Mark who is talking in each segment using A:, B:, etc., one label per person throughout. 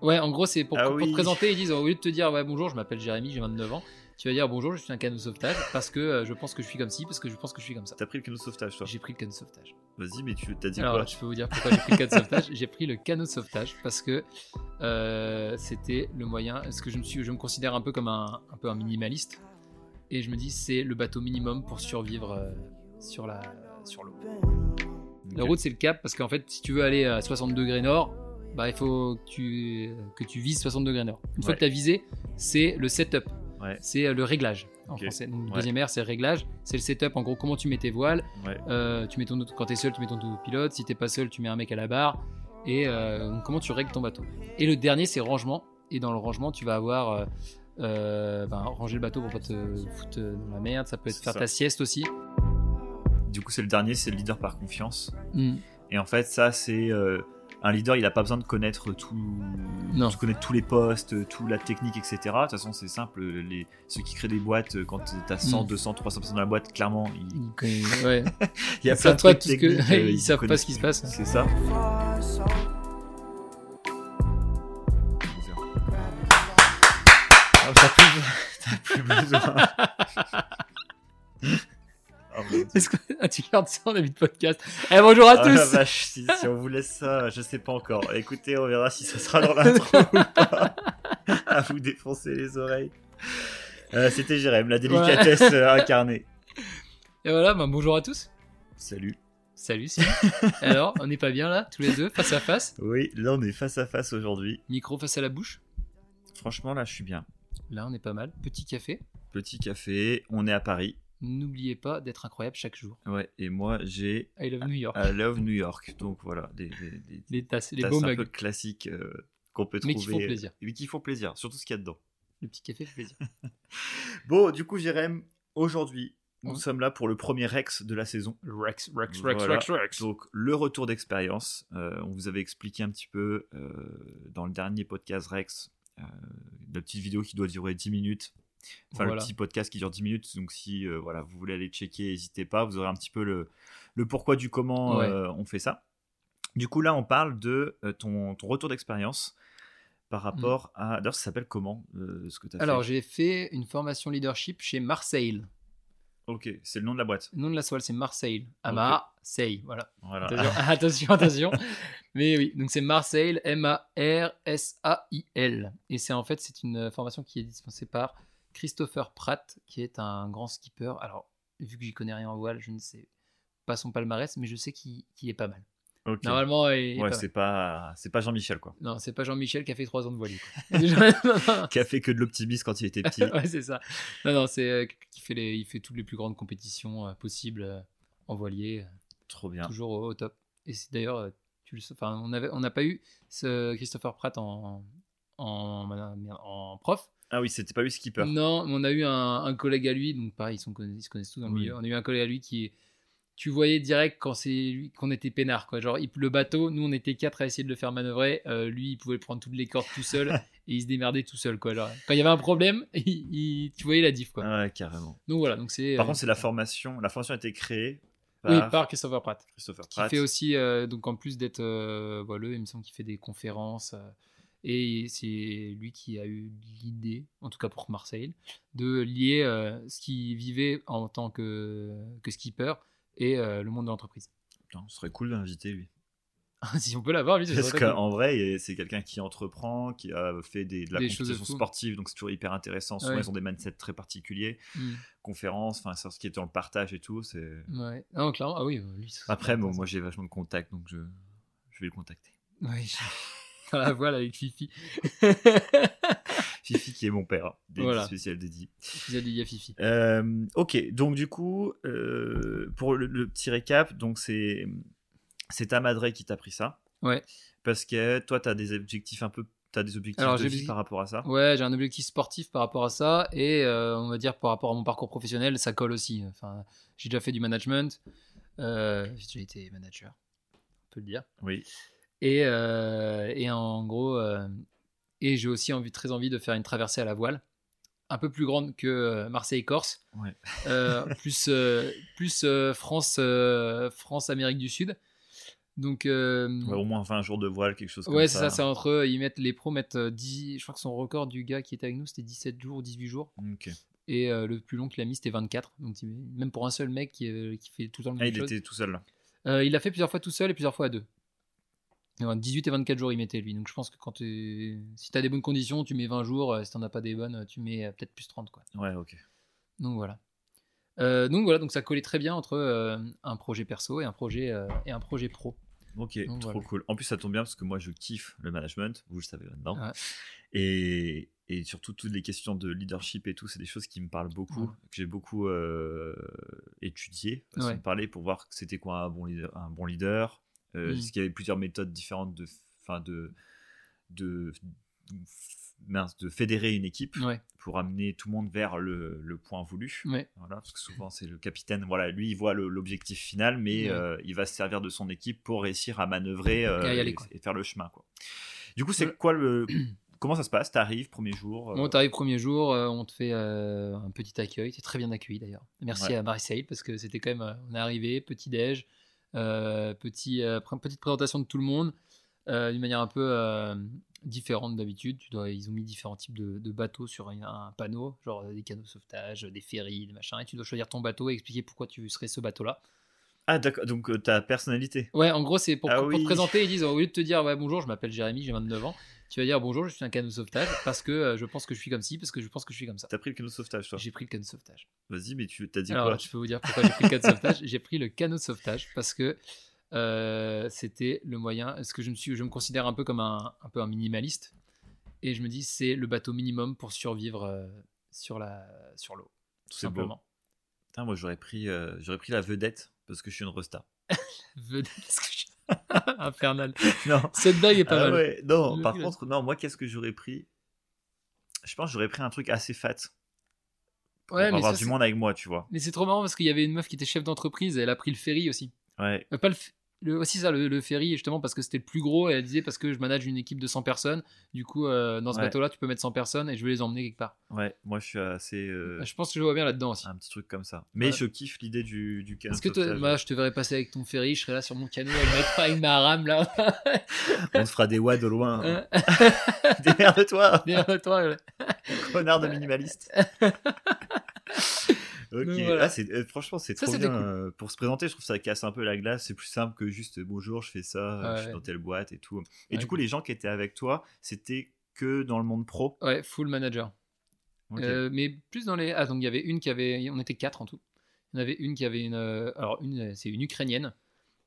A: Ouais, en gros, c'est pour,
B: Ah
A: pour
B: oui.
A: te présenter, ils disent au lieu de te dire ouais, bonjour, je m'appelle Jérémy, j'ai 29 ans, tu vas dire bonjour, je suis un canot de sauvetage parce que euh, je pense que je suis comme ci, parce que je pense que je suis comme ça.
B: T'as pris le canot de sauvetage, toi
A: J'ai pris le canot de sauvetage.
B: Vas-y, mais tu t'as dit
A: Alors,
B: quoi
A: je peux vous dire pourquoi j'ai pris le canot de sauvetage. J'ai pris le canot de sauvetage parce que euh, c'était le moyen. Parce que je me, suis, je me considère un peu comme un, un peu un minimaliste. Et je me dis, c'est le bateau minimum pour survivre euh, sur la sur l'eau. La
B: Ok.
A: route, c'est le cap parce qu'en fait, si tu veux aller à 60 degrés nord, bah, il faut que tu, que tu vises 60 degrés nord. Une fois
B: Ouais.
A: que tu as visé, c'est le setup.
B: Ouais.
A: C'est euh, le réglage en
B: Ok.
A: français. Donc, le
B: Ouais.
A: deuxième R, c'est le réglage. C'est le setup. En gros, comment tu mets tes voiles.
B: Ouais.
A: Euh, tu mets ton, auto- quand tu es seul, tu mets ton autopilote. Si t'es pas seul, tu mets un mec à la barre. Et euh, donc, comment tu règles ton bateau. Et le dernier, c'est rangement. Et dans le rangement, tu vas avoir euh, euh, ben, ranger le bateau pour pas te foutre euh, dans la merde. Ça peut être
B: C'est
A: faire
B: ça.
A: ta sieste aussi.
B: Du coup, c'est le dernier, c'est le leader par confiance.
A: Hmm.
B: Et en fait, ça, c'est euh, un leader, il n'a pas besoin de connaître tout,
A: Non.
B: de connaître tous les postes, toute la technique, etc. De toute façon, c'est simple. Les, ceux qui créent des boîtes, euh, quand t'as 100,
A: Mm.
B: 200, 300 personnes dans la boîte, clairement, ils,
A: Ils connaissent- euh, ouais.
B: il y a
A: Ils
B: plein
A: savent
B: de trucs
A: pas tout ce que-
B: techniques, euh,
A: ils savent pas
B: connaissent
A: ce qui se
B: plus.
A: passe.
B: C'est ça. Ah, t'as plus- t'as plus besoin. Oh, Ah, mon Dieu.
A: Est-ce que Ah, tu gardes ça en avis de podcast Eh bonjour à
B: Ah la
A: tous
B: vache, si, si on vous laisse ça, je sais pas encore. Écoutez, on verra si ça sera dans l'intro ou pas. À vous défoncer les oreilles. Euh, C'était Jérém, la délicatesse euh, incarnée.
A: Et voilà, bah, bonjour à tous
B: Salut.
A: Salut Simon Alors, on n'est pas bien là, tous les deux, face à face
B: Oui, là on est face à face aujourd'hui.
A: Micro face à la bouche
B: Franchement, là je suis bien.
A: Là, on est pas mal. Petit café
B: Petit café, on est à Paris.
A: N'oubliez pas d'être incroyable chaque jour.
B: Ouais, et moi j'ai
A: I love New York.
B: I Love New York. Donc voilà, des, des, des
A: Les tasses, les
B: tasses
A: beaux
B: un peu
A: mugs.
B: classiques euh, qu'on peut
A: Mais
B: trouver.
A: qui font plaisir.
B: Mais qui font plaisir, surtout ce qu'il y a dedans.
A: Le petit café fait plaisir.
B: Bon, du coup, Jérém, aujourd'hui, nous
A: Ouais.
B: sommes là pour le premier Rex de la saison.
A: Rex, Rex, Rex,
B: Voilà.
A: Rex, Rex.
B: Donc, le retour d'expérience. Euh, on vous avait expliqué un petit peu euh, dans le dernier podcast Rex, euh, la petite vidéo qui doit durer 10 minutes. Enfin, le
A: Voilà.
B: petit podcast qui dure 10 minutes. Donc, si euh, voilà, vous voulez aller checker, n'hésitez pas. Vous aurez un petit peu le, le pourquoi du comment
A: Ouais.
B: euh, on fait ça. Du coup, là, on parle de euh, ton, ton retour d'expérience par rapport à. D'ailleurs, ça s'appelle comment euh, ce que tu as
A: Hmm. Alors,
B: fait
A: j'ai fait une formation leadership chez Marseille.
B: Ok, c'est le nom de la boîte.
A: Le nom de la soile, c'est Marseille. À
B: Ok.
A: Marseille, voilà.
B: Voilà.
A: Attention, attention, attention. Mais oui, donc c'est Marseille, M-A-R-S-A-I-L. Et c'est en fait, c'est une formation qui est dispensée par Christopher Pratt, qui est un grand skipper. Alors, vu que j'y connais rien en voile, je ne sais pas son palmarès, mais je sais qu'il qu'il est pas mal.
B: Ok.
A: Normalement, il est
B: Ouais,
A: pas mal.
B: c'est pas, c'est pas Jean-Michel, quoi.
A: Non, c'est pas Jean-Michel qui a fait trois ans de voilier. quoi. Déjà- non, non,
B: Qui a fait que de l'optimisme quand il était petit.
A: non. ouais, c'est ça. Non, non, c'est euh, qui fait les, il fait toutes les plus grandes compétitions euh, possibles euh, en voilier.
B: Trop bien.
A: toujours au, au top. Et c'est d'ailleurs, euh, tu le sais, enfin, on avait, on n'a pas eu ce Christopher Pratt en, en, merde, en prof.
B: Ah oui, c'était pas lui skipper.
A: Non, mais on a eu un, un collègue à lui, donc pareil, ils, sont conna- ils se connaissent tous dans le
B: Oui.
A: milieu. On a eu un collègue à lui qui est- tu voyais direct quand c'est lui qu'on était peinard quoi. Genre il- le bateau, nous on était quatre à essayer de le faire manœuvrer, Euh, lui il pouvait prendre toutes les cordes tout seul et il se démerdait tout seul quoi. Genre, quand il y avait un problème, il- il- tu voyais la diff quoi.
B: Ah ouais, carrément.
A: Donc voilà, donc c'est
B: Par
A: euh,
B: contre, c'est la formation. La formation a été créée par,
A: oui par Christopher Pratt.
B: Christopher
A: qui
B: Pratt.
A: fait aussi, euh, donc en plus d'être euh, voileux, il me semble qu'il fait des conférences. euh, et c'est lui qui a eu l'idée, en tout cas pour Marseille, de lier euh, ce qu'il vivait en tant que, que skipper et euh, le monde de l'entreprise.
B: Putain, ce serait cool d'inviter lui.
A: si on peut l'avoir, lui, ce
B: Parce
A: serait cool.
B: qu'en vrai, il- c'est quelqu'un qui entreprend, qui a fait des, de la
A: Des choses de
B: compétition
A: fou.
B: sportive, donc c'est toujours hyper intéressant. Souvent,
A: Ouais.
B: ils ont des mindsets très particuliers.
A: Mm.
B: Conférences, enfin, c'est ce qui est dans le partage et tout. C'est.
A: Ouais. Ah, donc, clairement, ah oui, lui. ce serait
B: Après, bon,
A: intéressant.
B: moi, j'ai vachement de contacts, donc je, je vais le contacter.
A: Oui, je- Dans la voile avec Fifi.
B: Fifi, qui est mon père, dédié
A: Voilà.
B: spécial dédié.
A: Épisode lié à Fifi.
B: Euh, ok, donc du coup, euh, pour le, le petit récap, donc c'est c'est ta madre qui t'a pris ça.
A: Ouais.
B: Parce que toi, t'as des objectifs un peu, t'as des objectifs
A: Alors,
B: de
A: j'ai
B: vie
A: des-
B: par rapport à ça.
A: Ouais, j'ai un objectif sportif par rapport à ça et euh, on va dire par rapport à mon parcours professionnel, ça colle aussi. Enfin, j'ai déjà fait du management, euh, j'ai déjà été manager, on peut le dire.
B: Oui.
A: Et, euh, et en gros, euh, et j'ai aussi envie, très envie de faire une traversée à la voile, un peu plus grande que euh, Marseille-Corse,
B: Ouais.
A: Euh, plus euh, plus euh, France euh, France Amérique du Sud. Donc, euh,
B: Ouais, au moins 20 jours de voile, quelque chose comme
A: ouais, c'est
B: ça.
A: ça, c'est entre eux. Ils mettent, les pros mettent euh, 10. Je crois que son record du gars qui était avec nous, c'était 17 jours, 18 jours.
B: Ok.
A: Et euh, le plus long qu'il a mis, c'était 24. Donc, t'im- même pour un seul mec qui, euh, qui fait tout le temps le
B: Ah,
A: même Euh,
B: il était tout seul là.
A: il l'a fait plusieurs fois tout seul et plusieurs fois à deux. Et en 18 et 24 jours, il mettait lui. Donc, je pense que quand t'es- si t'as des bonnes conditions, tu mets 20 jours. Euh, Si t'en as pas des bonnes, euh, tu mets euh, peut-être plus 30. Quoi.
B: Ouais, ok.
A: Donc voilà. Euh, donc voilà, donc ça collait très bien entre euh, un projet perso et un projet, euh, et un projet pro.
B: Ok,
A: Donc,
B: trop
A: voilà.
B: cool. En plus, ça tombe bien parce que moi, je kiffe le management, vous le savez maintenant.
A: Ouais.
B: Et, et surtout, toutes les questions de leadership et tout, c'est des choses qui me parlent beaucoup,
A: Ouais.
B: que j'ai beaucoup euh, étudié, façon
A: Ouais.
B: de parler, pour voir que c'était quoi un bon leader, un bon leader euh,
A: Mm.
B: est-ce qu'il y avait plusieurs méthodes différentes de, fin de, de, mince, de fédérer une équipe
A: Ouais,
B: pour amener tout le monde vers le, le point voulu.
A: ouais,
B: Voilà, parce que souvent c'est le capitaine, voilà, lui il voit le- l'objectif final, mais
A: Ouais.
B: euh, il va se servir de son équipe pour réussir à manœuvrer euh,
A: Et à y aller,
B: et,
A: quoi.
B: et faire le chemin. Quoi. Du coup, c'est
A: Ouais.
B: quoi le. Comment ça se passe T'arrives, premier jour euh,
A: Bon, t'arrives premier jour, euh, on te fait euh, un petit accueil. T'es très bien accueilli d'ailleurs. Merci
B: Ouais.
A: à Marseille parce que c'était quand même. euh, on est arrivé, petit déj, euh, petit, euh, pr- petite présentation de tout le monde euh, d'une manière un peu euh, différente d'habitude. Tu dois, ils ont mis différents types de, de bateaux sur un, un panneau, genre euh, des canots de sauvetage, des ferries, des machins. Et tu dois choisir ton bateau et expliquer pourquoi tu serais ce bateau-là.
B: Ah, d'accord, donc euh, ta personnalité.
A: Ouais, en gros, c'est pour,
B: Ah
A: pour
B: oui.
A: te présenter. Ils disent au lieu de te dire ouais, bonjour, je m'appelle Jérémy, j'ai 29 ans, tu vas dire bonjour, je suis un canot de sauvetage parce que euh, je pense que je suis comme ci, parce que je pense que je suis comme ça.
B: T'as pris le canot de sauvetage, toi
A: J'ai pris le canot de sauvetage.
B: Vas-y, mais tu t'as dit
A: Alors,
B: quoi
A: je peux vous dire pourquoi j'ai pris le canot de sauvetage. J'ai pris le canot de sauvetage parce que euh, c'était le moyen. Parce que je me, suis, je me considère un peu comme un, un peu un minimaliste. Et je me dis, c'est le bateau minimum pour survivre euh, sur la sur l'eau, tout
B: C'est beau.
A: simplement.
B: Putain, moi j'aurais pris, euh, j'aurais pris la vedette parce que je suis une resta.
A: Vedette, parce que je- Infernal.
B: non,
A: Cette blague est pas
B: Ah
A: mal.
B: ouais, non,
A: Le
B: par
A: pilote.
B: contre, non, moi qu'est-ce que j'aurais pris Je pense que j'aurais pris un truc assez fat. Pour
A: Ouais, mais
B: avoir
A: ça,
B: du
A: c'est-
B: monde avec moi, tu vois.
A: Mais c'est trop marrant parce qu'il y avait une meuf qui était chef d'entreprise et elle a pris le ferry aussi.
B: Ouais,
A: Euh, pas le, f- le- aussi ça, le, le ferry justement parce que c'était le plus gros et elle disait parce que je manage une équipe de 100 personnes. Du coup, euh, dans ce
B: Ouais.
A: bateau-là, tu peux mettre 100 personnes et je vais les emmener quelque part.
B: ouais, moi je suis assez. euh,
A: Bah,
B: Ah,
A: Je pense que je vois bien là-dedans aussi.
B: un petit truc comme ça. Mais
A: Ouais.
B: je kiffe l'idée du, du canot
A: Est-ce que
B: de
A: toi,
B: sauvetage.
A: moi, je te verrais passer avec ton ferry, je serais là sur mon canot avec ma avec ma rame là,
B: On se fera des wads au loin. hein.
A: hein,
B: Démerde-toi,
A: derrière toi. là.
B: connard de minimaliste. Ok,
A: Donc, voilà.
B: Ah, c'est- euh, franchement c'est
A: Ça,
B: trop
A: c'était
B: bien euh, pour se présenter. Je trouve que ça casse un peu la glace. C'est plus simple que juste euh, bonjour, je fais ça, euh, je suis
A: Ouais.
B: dans telle boîte et tout. Et
A: Ouais,
B: du coup,
A: cool.
B: les gens qui étaient avec toi, c'était que dans le monde pro.
A: Ouais, full manager.
B: Ok.
A: Euh, mais plus dans les. Ah, donc il y avait une qui avait. On était quatre en tout. Il y en avait une qui avait une. euh, Alors, une, euh, c'est une Ukrainienne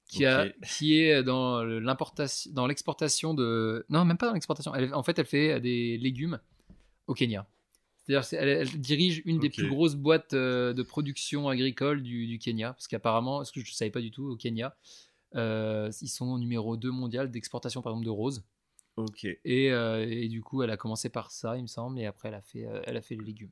A: qui, a,
B: Ok.
A: qui est dans le- l'importation, dans l'exportation de. Non, même pas dans l'exportation. Elle- En fait, elle fait des légumes au Kenya. C'est-à-dire, c'est- elle, elle dirige une des
B: Ok.
A: plus grosses boîtes euh, de production agricole du, du Kenya. Parce qu'apparemment, ce que je ne savais pas du tout au Kenya, euh, ils sont numéro 2 mondial d'exportation, par exemple, de roses.
B: Ok,
A: Et, euh, et du coup, elle a commencé par ça, il me semble, et après, elle a fait, euh, elle a fait les légumes.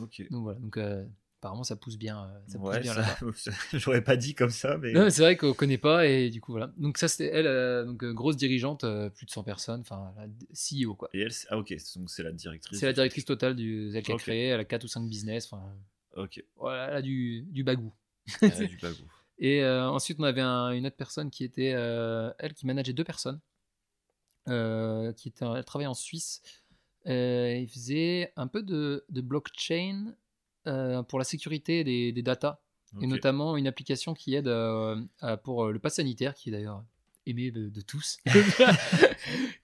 B: ok.
A: Donc voilà, donc euh, apparemment ça pousse bien. euh, ça pousse
B: Ouais,
A: bien
B: ça-
A: là-bas.
B: j'aurais pas dit comme ça, mais.
A: Non, mais c'est vrai qu'on connaît pas et du coup voilà. Donc ça c'était elle, euh, donc euh, grosse dirigeante, euh, plus de 100 personnes, enfin la d- CEO quoi.
B: Et elle, c'est- ah ok, donc c'est la directrice.
A: C'est la directrice totale du elle qui a
B: Ok.
A: créé, elle a 4 ou 5 business, enfin
B: Ok,
A: voilà, elle a du, du bagou.
B: elle a du bagou.
A: Et euh, ensuite on avait un- une autre personne qui était euh, elle qui manageait deux personnes, euh, qui était, elle travaillait en Suisse. Euh, il faisait un peu de, de blockchain euh, pour la sécurité des, des datas. et
B: Ok.
A: notamment une application qui aide euh, à- pour euh, le pass sanitaire, qui est d'ailleurs aimé de, de tous,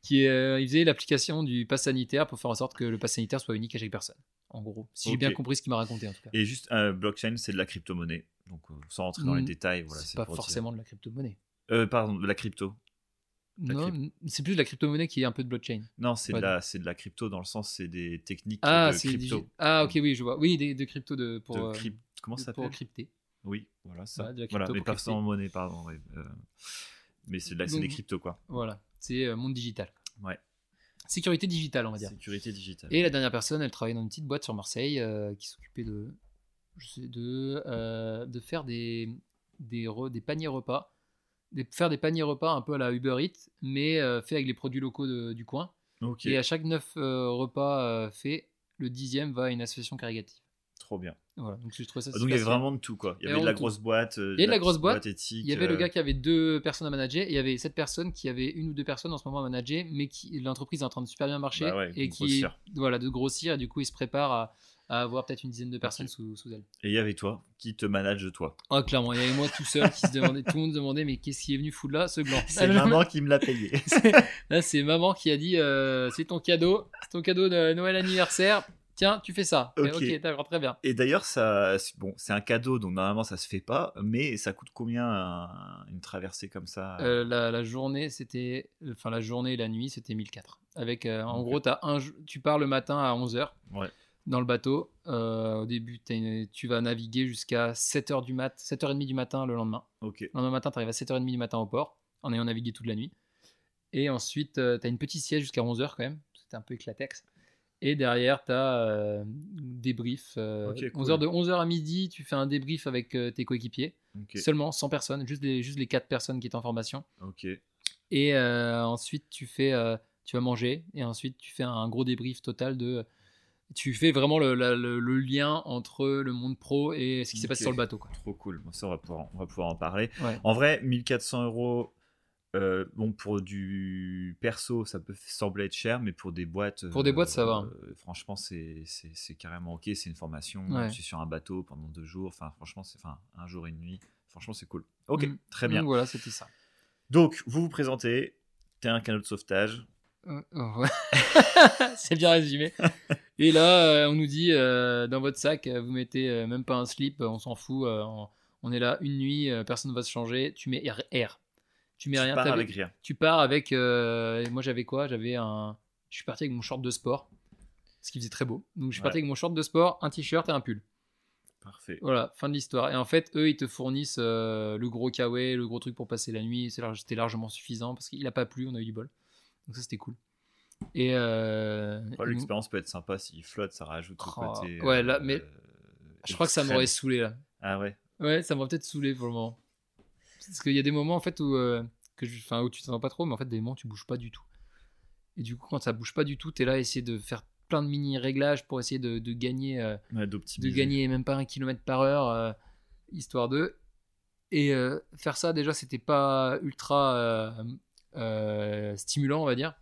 A: qui est, euh, il faisait l'application du pass sanitaire pour faire en sorte que le pass sanitaire soit unique à chaque personne. En gros, si j'ai
B: Ok.
A: bien compris ce qu'il m'a raconté en tout cas.
B: Et juste, euh, blockchain, c'est de la crypto-monnaie. Donc, euh, sans rentrer dans les
A: Mm,
B: détails, voilà,
A: c'est pas
B: pour dire-
A: forcément de la crypto-monnaie.
B: Euh, pardon, de la crypto. La
A: Non, c'est plus de la crypto-monnaie qui est un peu de blockchain.
B: Non, c'est de,
A: Ouais,
B: la- c'est de la crypto dans le sens, c'est des techniques
A: Ah,
B: de
A: c'est digi-
B: crypto. Mm.
A: Ah, ok, oui, je vois. Oui, des, de crypto de, pour,
B: de
A: euh,
B: cryp- Comment ça
A: de- pour
B: s'appelle
A: crypter.
B: Oui, voilà, ça.
A: Ouais, de la
B: voilà,
A: crypto
B: mais
A: pour
B: pas
A: crypter.
B: forcément monnaie, pardon. ouais, euh, Mais c'est de la- c'est
A: Donc-
B: des cryptos, quoi.
A: Voilà, c'est euh, monde digital.
B: Ouais.
A: Sécurité digitale, on va dire.
B: Sécurité digitale.
A: Et la dernière personne, elle travaillait dans une petite boîte sur Marseille euh, qui s'occupait de, je sais, de, euh, de faire des, des, re- des paniers repas, des, faire des paniers repas un peu à la Uber Eats, mais euh, fait avec les produits locaux de- du coin.
B: Ok,
A: Et à chaque neuf euh, repas euh, faits, le dixième va à une association caritative.
B: trop bien.
A: Voilà, donc je trouvais ça
B: Ah, Donc il y avait
A: super
B: vraiment de tout quoi. Il y
A: Et
B: avait de
A: vraiment
B: la
A: tout.
B: grosse boîte, euh,
A: Il y avait de la grosse
B: petite
A: boîte,
B: éthique.
A: Il y avait le
B: euh,
A: gars qui avait deux personnes à manager et il y avait cette personne qui avait une ou deux personnes en ce moment à manager, mais qui l'entreprise est en train de super bien marcher
B: Bah ouais,
A: et
B: de
A: qui
B: grossir.
A: voilà de grossir et du coup il se prépare à, à avoir peut-être une dizaine de personnes sous, sous elle.
B: euh, Et il y avait toi qui te manage toi.
A: Ah clairement, il y avait moi tout seul qui se demandait, tout le monde se demandait mais qu'est-ce qui est venu foutre là ce gland
B: C'est maman qui me l'a payé.
A: Là c'est maman qui a dit euh, c'est ton cadeau, c'est ton cadeau de Noël anniversaire. Tiens, tu fais ça.
B: Ok.
A: Eh, Ok, d'accord, très bien.
B: Et d'ailleurs, ça, c'est- bon, c'est un cadeau, donc normalement ça se fait pas, mais ça coûte combien un- une traversée comme ça
A: Euh, la, la journée, c'était. Enfin, la journée et la nuit, c'était 1004. Avec, euh, en
B: Ok.
A: gros, as un, jo- tu pars le matin à 11h
B: Ouais.
A: dans le bateau. Euh, au début, t'as une- tu vas naviguer jusqu'à 7h du mat, 7h30 du matin le lendemain.
B: Ok.
A: Le lendemain matin, tu arrives à 7h30 du matin au port, en ayant navigué toute la nuit. Et ensuite, euh, t'as une petite sieste jusqu'à 11h quand même. C'était un peu éclatex. Et derrière, tu as débrief. euh,
B: Ok, cool.
A: 11h de 11h à midi, tu fais un débrief avec euh, tes coéquipiers.
B: Ok.
A: Seulement 100 personnes, juste les, juste les 4 personnes qui étaient en formation.
B: Ok.
A: Et euh, ensuite, tu fais, euh, tu vas manger. Et ensuite, tu fais un gros débrief total de. Tu fais vraiment le, la- le- le lien entre le monde pro et ce qui s'est passé
B: Ok.
A: sur le bateau. Quoi.
B: Trop cool. Bon, ça, on va pouvoir, on va pouvoir en parler.
A: Ouais.
B: En vrai, 1400 euros. euh, bon, pour du perso, ça peut sembler être cher, mais pour des boîtes.
A: Pour des boîtes, ça va.
B: euh, franchement, c'est c'est- c'est carrément ok. C'est une formation.
A: Ouais.
B: Je suis sur un bateau pendant deux jours. Enfin, franchement, c'est enfin, un jour et une nuit. Franchement, c'est cool. Ok,
A: Mm.
B: très bien.
A: Donc voilà, c'était ça.
B: Donc, vous vous présentez. T'es un canot de sauvetage.
A: Euh, ouais. C'est bien résumé. Et là, euh, on nous dit euh, dans votre sac, euh, vous mettez euh, même pas un slip, euh, on s'en fout. euh, on, on est là une nuit, euh, personne ne va se changer. Tu mets R. R. Tu mets
B: tu
A: rien.
B: pars
A: t'avais-
B: avec rien.
A: tu pars avec. euh, moi, j'avais quoi J'avais un. Je suis parti avec mon short de sport, ce qui faisait très beau. Donc, je suis parti
B: Ouais.
A: avec mon short de sport, un t-shirt et un pull.
B: Parfait.
A: Voilà, fin de l'histoire. Et en fait, eux, ils te fournissent euh, le gros kawaii, le gros truc pour passer la nuit. C'est lar- C'était largement suffisant parce qu'il a pas plu, on a eu du bol. Donc, ça, c'était cool. Et. euh, et
B: Après,
A: nous-
B: Oh, L'expérience peut être sympa s'il flotte, ça rajoute au
A: Oh,
B: côté. euh,
A: ouais, là, mais je crois que ça
B: extrême.
A: m'aurait saoulé là.
B: Ah ouais.
A: Ouais, ça m'aurait peut-être saoulé pour le moment. Parce qu'il y a des moments en fait où, euh, que je, enfin, où tu t'entends pas trop, mais en fait, des moments où tu bouges pas du tout. Et du coup, quand ça bouge pas du tout, t'es là à essayer de faire plein de mini réglages pour essayer de, de gagner, euh,
B: ouais
A: de
B: d'optimiser.
A: gagner même pas un kilomètre par heure, euh, histoire de. Et euh, faire ça, déjà, c'était pas ultra euh, euh, stimulant, on va dire.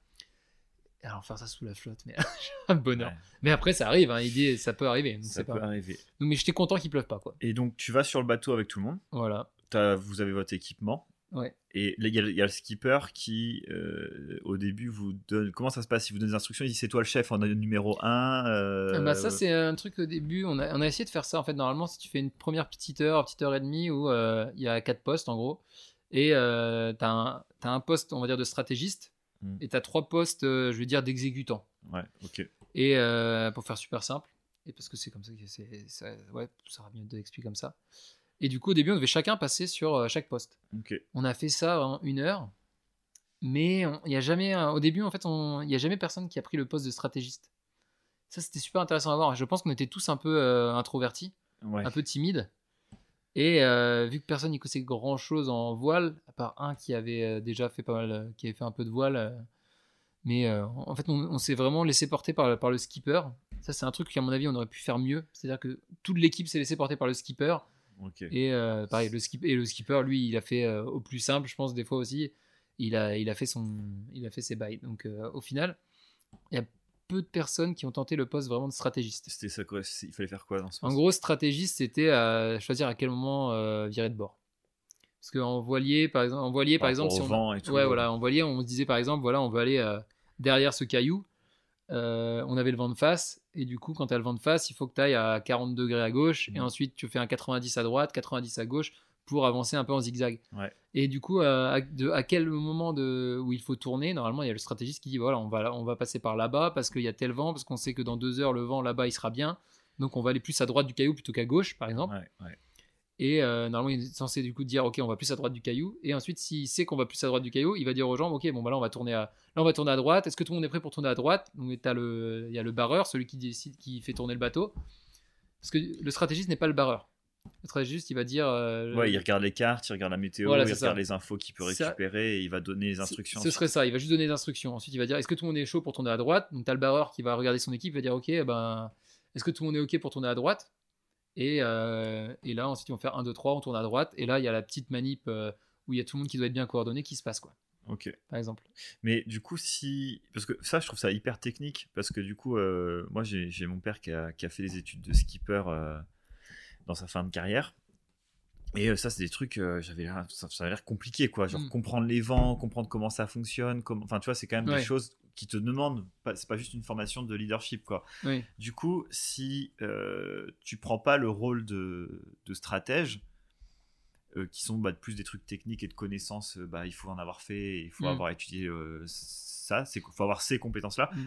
A: Alors, faire ça sous la flotte, mais un bonheur.
B: Ouais.
A: Mais après, ça arrive, hein, idée, ça peut arriver. donc
B: Ça
A: c'est
B: peut
A: pas-
B: arriver.
A: Donc, mais j'étais content qu'il pleuve pas, quoi.
B: Et donc, tu vas sur le bateau avec tout le monde.
A: Voilà.
B: T'as- vous avez votre équipement.
A: Ouais.
B: Et là, il y, a- il y a le skipper qui, euh, au début, vous donne. Comment ça se passe Il vous donne des instructions. Il dit c'est toi le chef en numéro euh, 1.
A: Ah bah ça c'est un truc au début, on a, on a essayé de faire ça en fait normalement si tu fais une première petite heure, petite heure et demie où euh, il y a quatre postes en gros et euh, t'as un, t'as un poste on va dire de stratégiste
B: Mm.
A: et t'as trois postes euh, je vais dire d'exécutant
B: Ouais, ok.
A: et euh, pour faire super simple et parce que c'est comme ça que c'est ça, ouais ça va mieux d'expliquer comme ça et du coup au début on devait chacun passer sur euh, chaque poste
B: Ok.
A: on a fait ça en une heure, mais on- il y a jamais, un- au début en fait, on- il n'y a jamais personne qui a pris le poste de stratégiste. Ça c'était super intéressant à voir. Je pense qu'on était tous un peu euh, introvertis,
B: Ouais.
A: un peu timides, et euh, vu que personne n'y connaissait grand chose en voile, à part un qui avait euh, déjà fait pas mal, euh, qui avait fait un peu de voile, euh, mais euh, en fait on, on s'est vraiment laissé porter par, par le skipper. Ça c'est un truc qu'à mon avis on aurait pu faire mieux. C'est-à-dire que toute l'équipe s'est laissée porter par le skipper.
B: Ok.
A: Et euh, pareil, le, skip- et le skipper, lui, il a fait euh, au plus simple, je pense, des fois aussi. Il a, il a, fait, son, il a fait ses bails. Donc, euh, au final, il y a peu de personnes qui ont tenté le poste vraiment de stratégiste.
B: C'était ça quoi C'est- Il fallait faire quoi dans ce
A: En
B: poste
A: gros, stratégiste, c'était à choisir à quel moment euh, virer de bord. Parce qu'en voilier, par exemple, en voilier, par,
B: rapport
A: exemple,
B: au
A: si on,
B: vent et tout.
A: Ouais, voilà, en voilier, on se disait par exemple, voilà, on veut aller euh, derrière ce caillou. Euh, on avait le vent de face, et du coup, quand tu as le vent de face, il faut que tu ailles à 40 degrés à gauche, et
B: Mhm.
A: ensuite tu fais un 90 à droite, 90 à gauche pour avancer un peu en zigzag.
B: Ouais.
A: Et du coup, euh, à, de- à quel moment de, où il faut tourner, normalement, il y a le stratégiste qui dit voilà, on va, on va passer par là-bas parce qu'il y a tel vent, parce qu'on sait que dans deux heures, le vent là-bas il sera bien, donc on va aller plus à droite du caillou plutôt qu'à gauche, par exemple.
B: Ouais, ouais.
A: Et euh, normalement, il est censé du coup dire ok, on va plus à droite du caillou. Et ensuite, s'il sait qu'on va plus à droite du caillou, il va dire aux gens ok, bon bah là on va tourner à, là on va tourner à droite. Est-ce que tout le monde est prêt pour tourner à droite Donc t'as le, il y a le barreur, celui qui décide, qui fait tourner le bateau. Parce que le stratégiste n'est pas le barreur. Le stratégiste, il va dire euh,
B: Ouais, il regarde les cartes, il regarde la météo,
A: Voilà,
B: il
A: c'est ça.
B: regarde les infos qu'il peut
A: Ça-
B: récupérer et il va donner les instructions.
A: Ce serait ça, il va juste donner des instructions. Ensuite, il va dire est-ce que tout le monde est chaud pour tourner à droite Donc, tu as le barreur qui va regarder son équipe, il va dire ok, eh ben, est-ce que tout le monde est ok pour tourner à droite Et, euh, et là, ensuite, ils vont faire 1, 2, 3, on tourne à droite. Et là, il y a la petite manip euh, où il y a tout le monde qui doit être bien coordonné qui se passe, quoi,
B: Ok.
A: par exemple.
B: Mais du coup, si. Parce que ça, je trouve ça hyper technique. Parce que du coup, euh, moi, j'ai j'ai mon père qui a, qui a fait des études de skipper euh, dans sa fin de carrière. Et euh, ça, c'est des trucs. euh, j'avais l'air- ça, ça a l'air compliqué, quoi. Genre,
A: Mm.
B: comprendre les vents, comprendre comment ça fonctionne. Comment... Enfin, tu vois, c'est quand même
A: Ouais.
B: des choses qui te demandent. Pas- C'est pas juste une formation de leadership, quoi.
A: Oui,
B: Du coup, si euh, tu prends pas le rôle de, de stratège, euh, qui sont bah, plus des trucs techniques et de connaissances, euh, bah, il faut en avoir fait, il faut
A: Mm.
B: avoir étudié euh, ça, il faut avoir ces compétences-là.
A: Mm.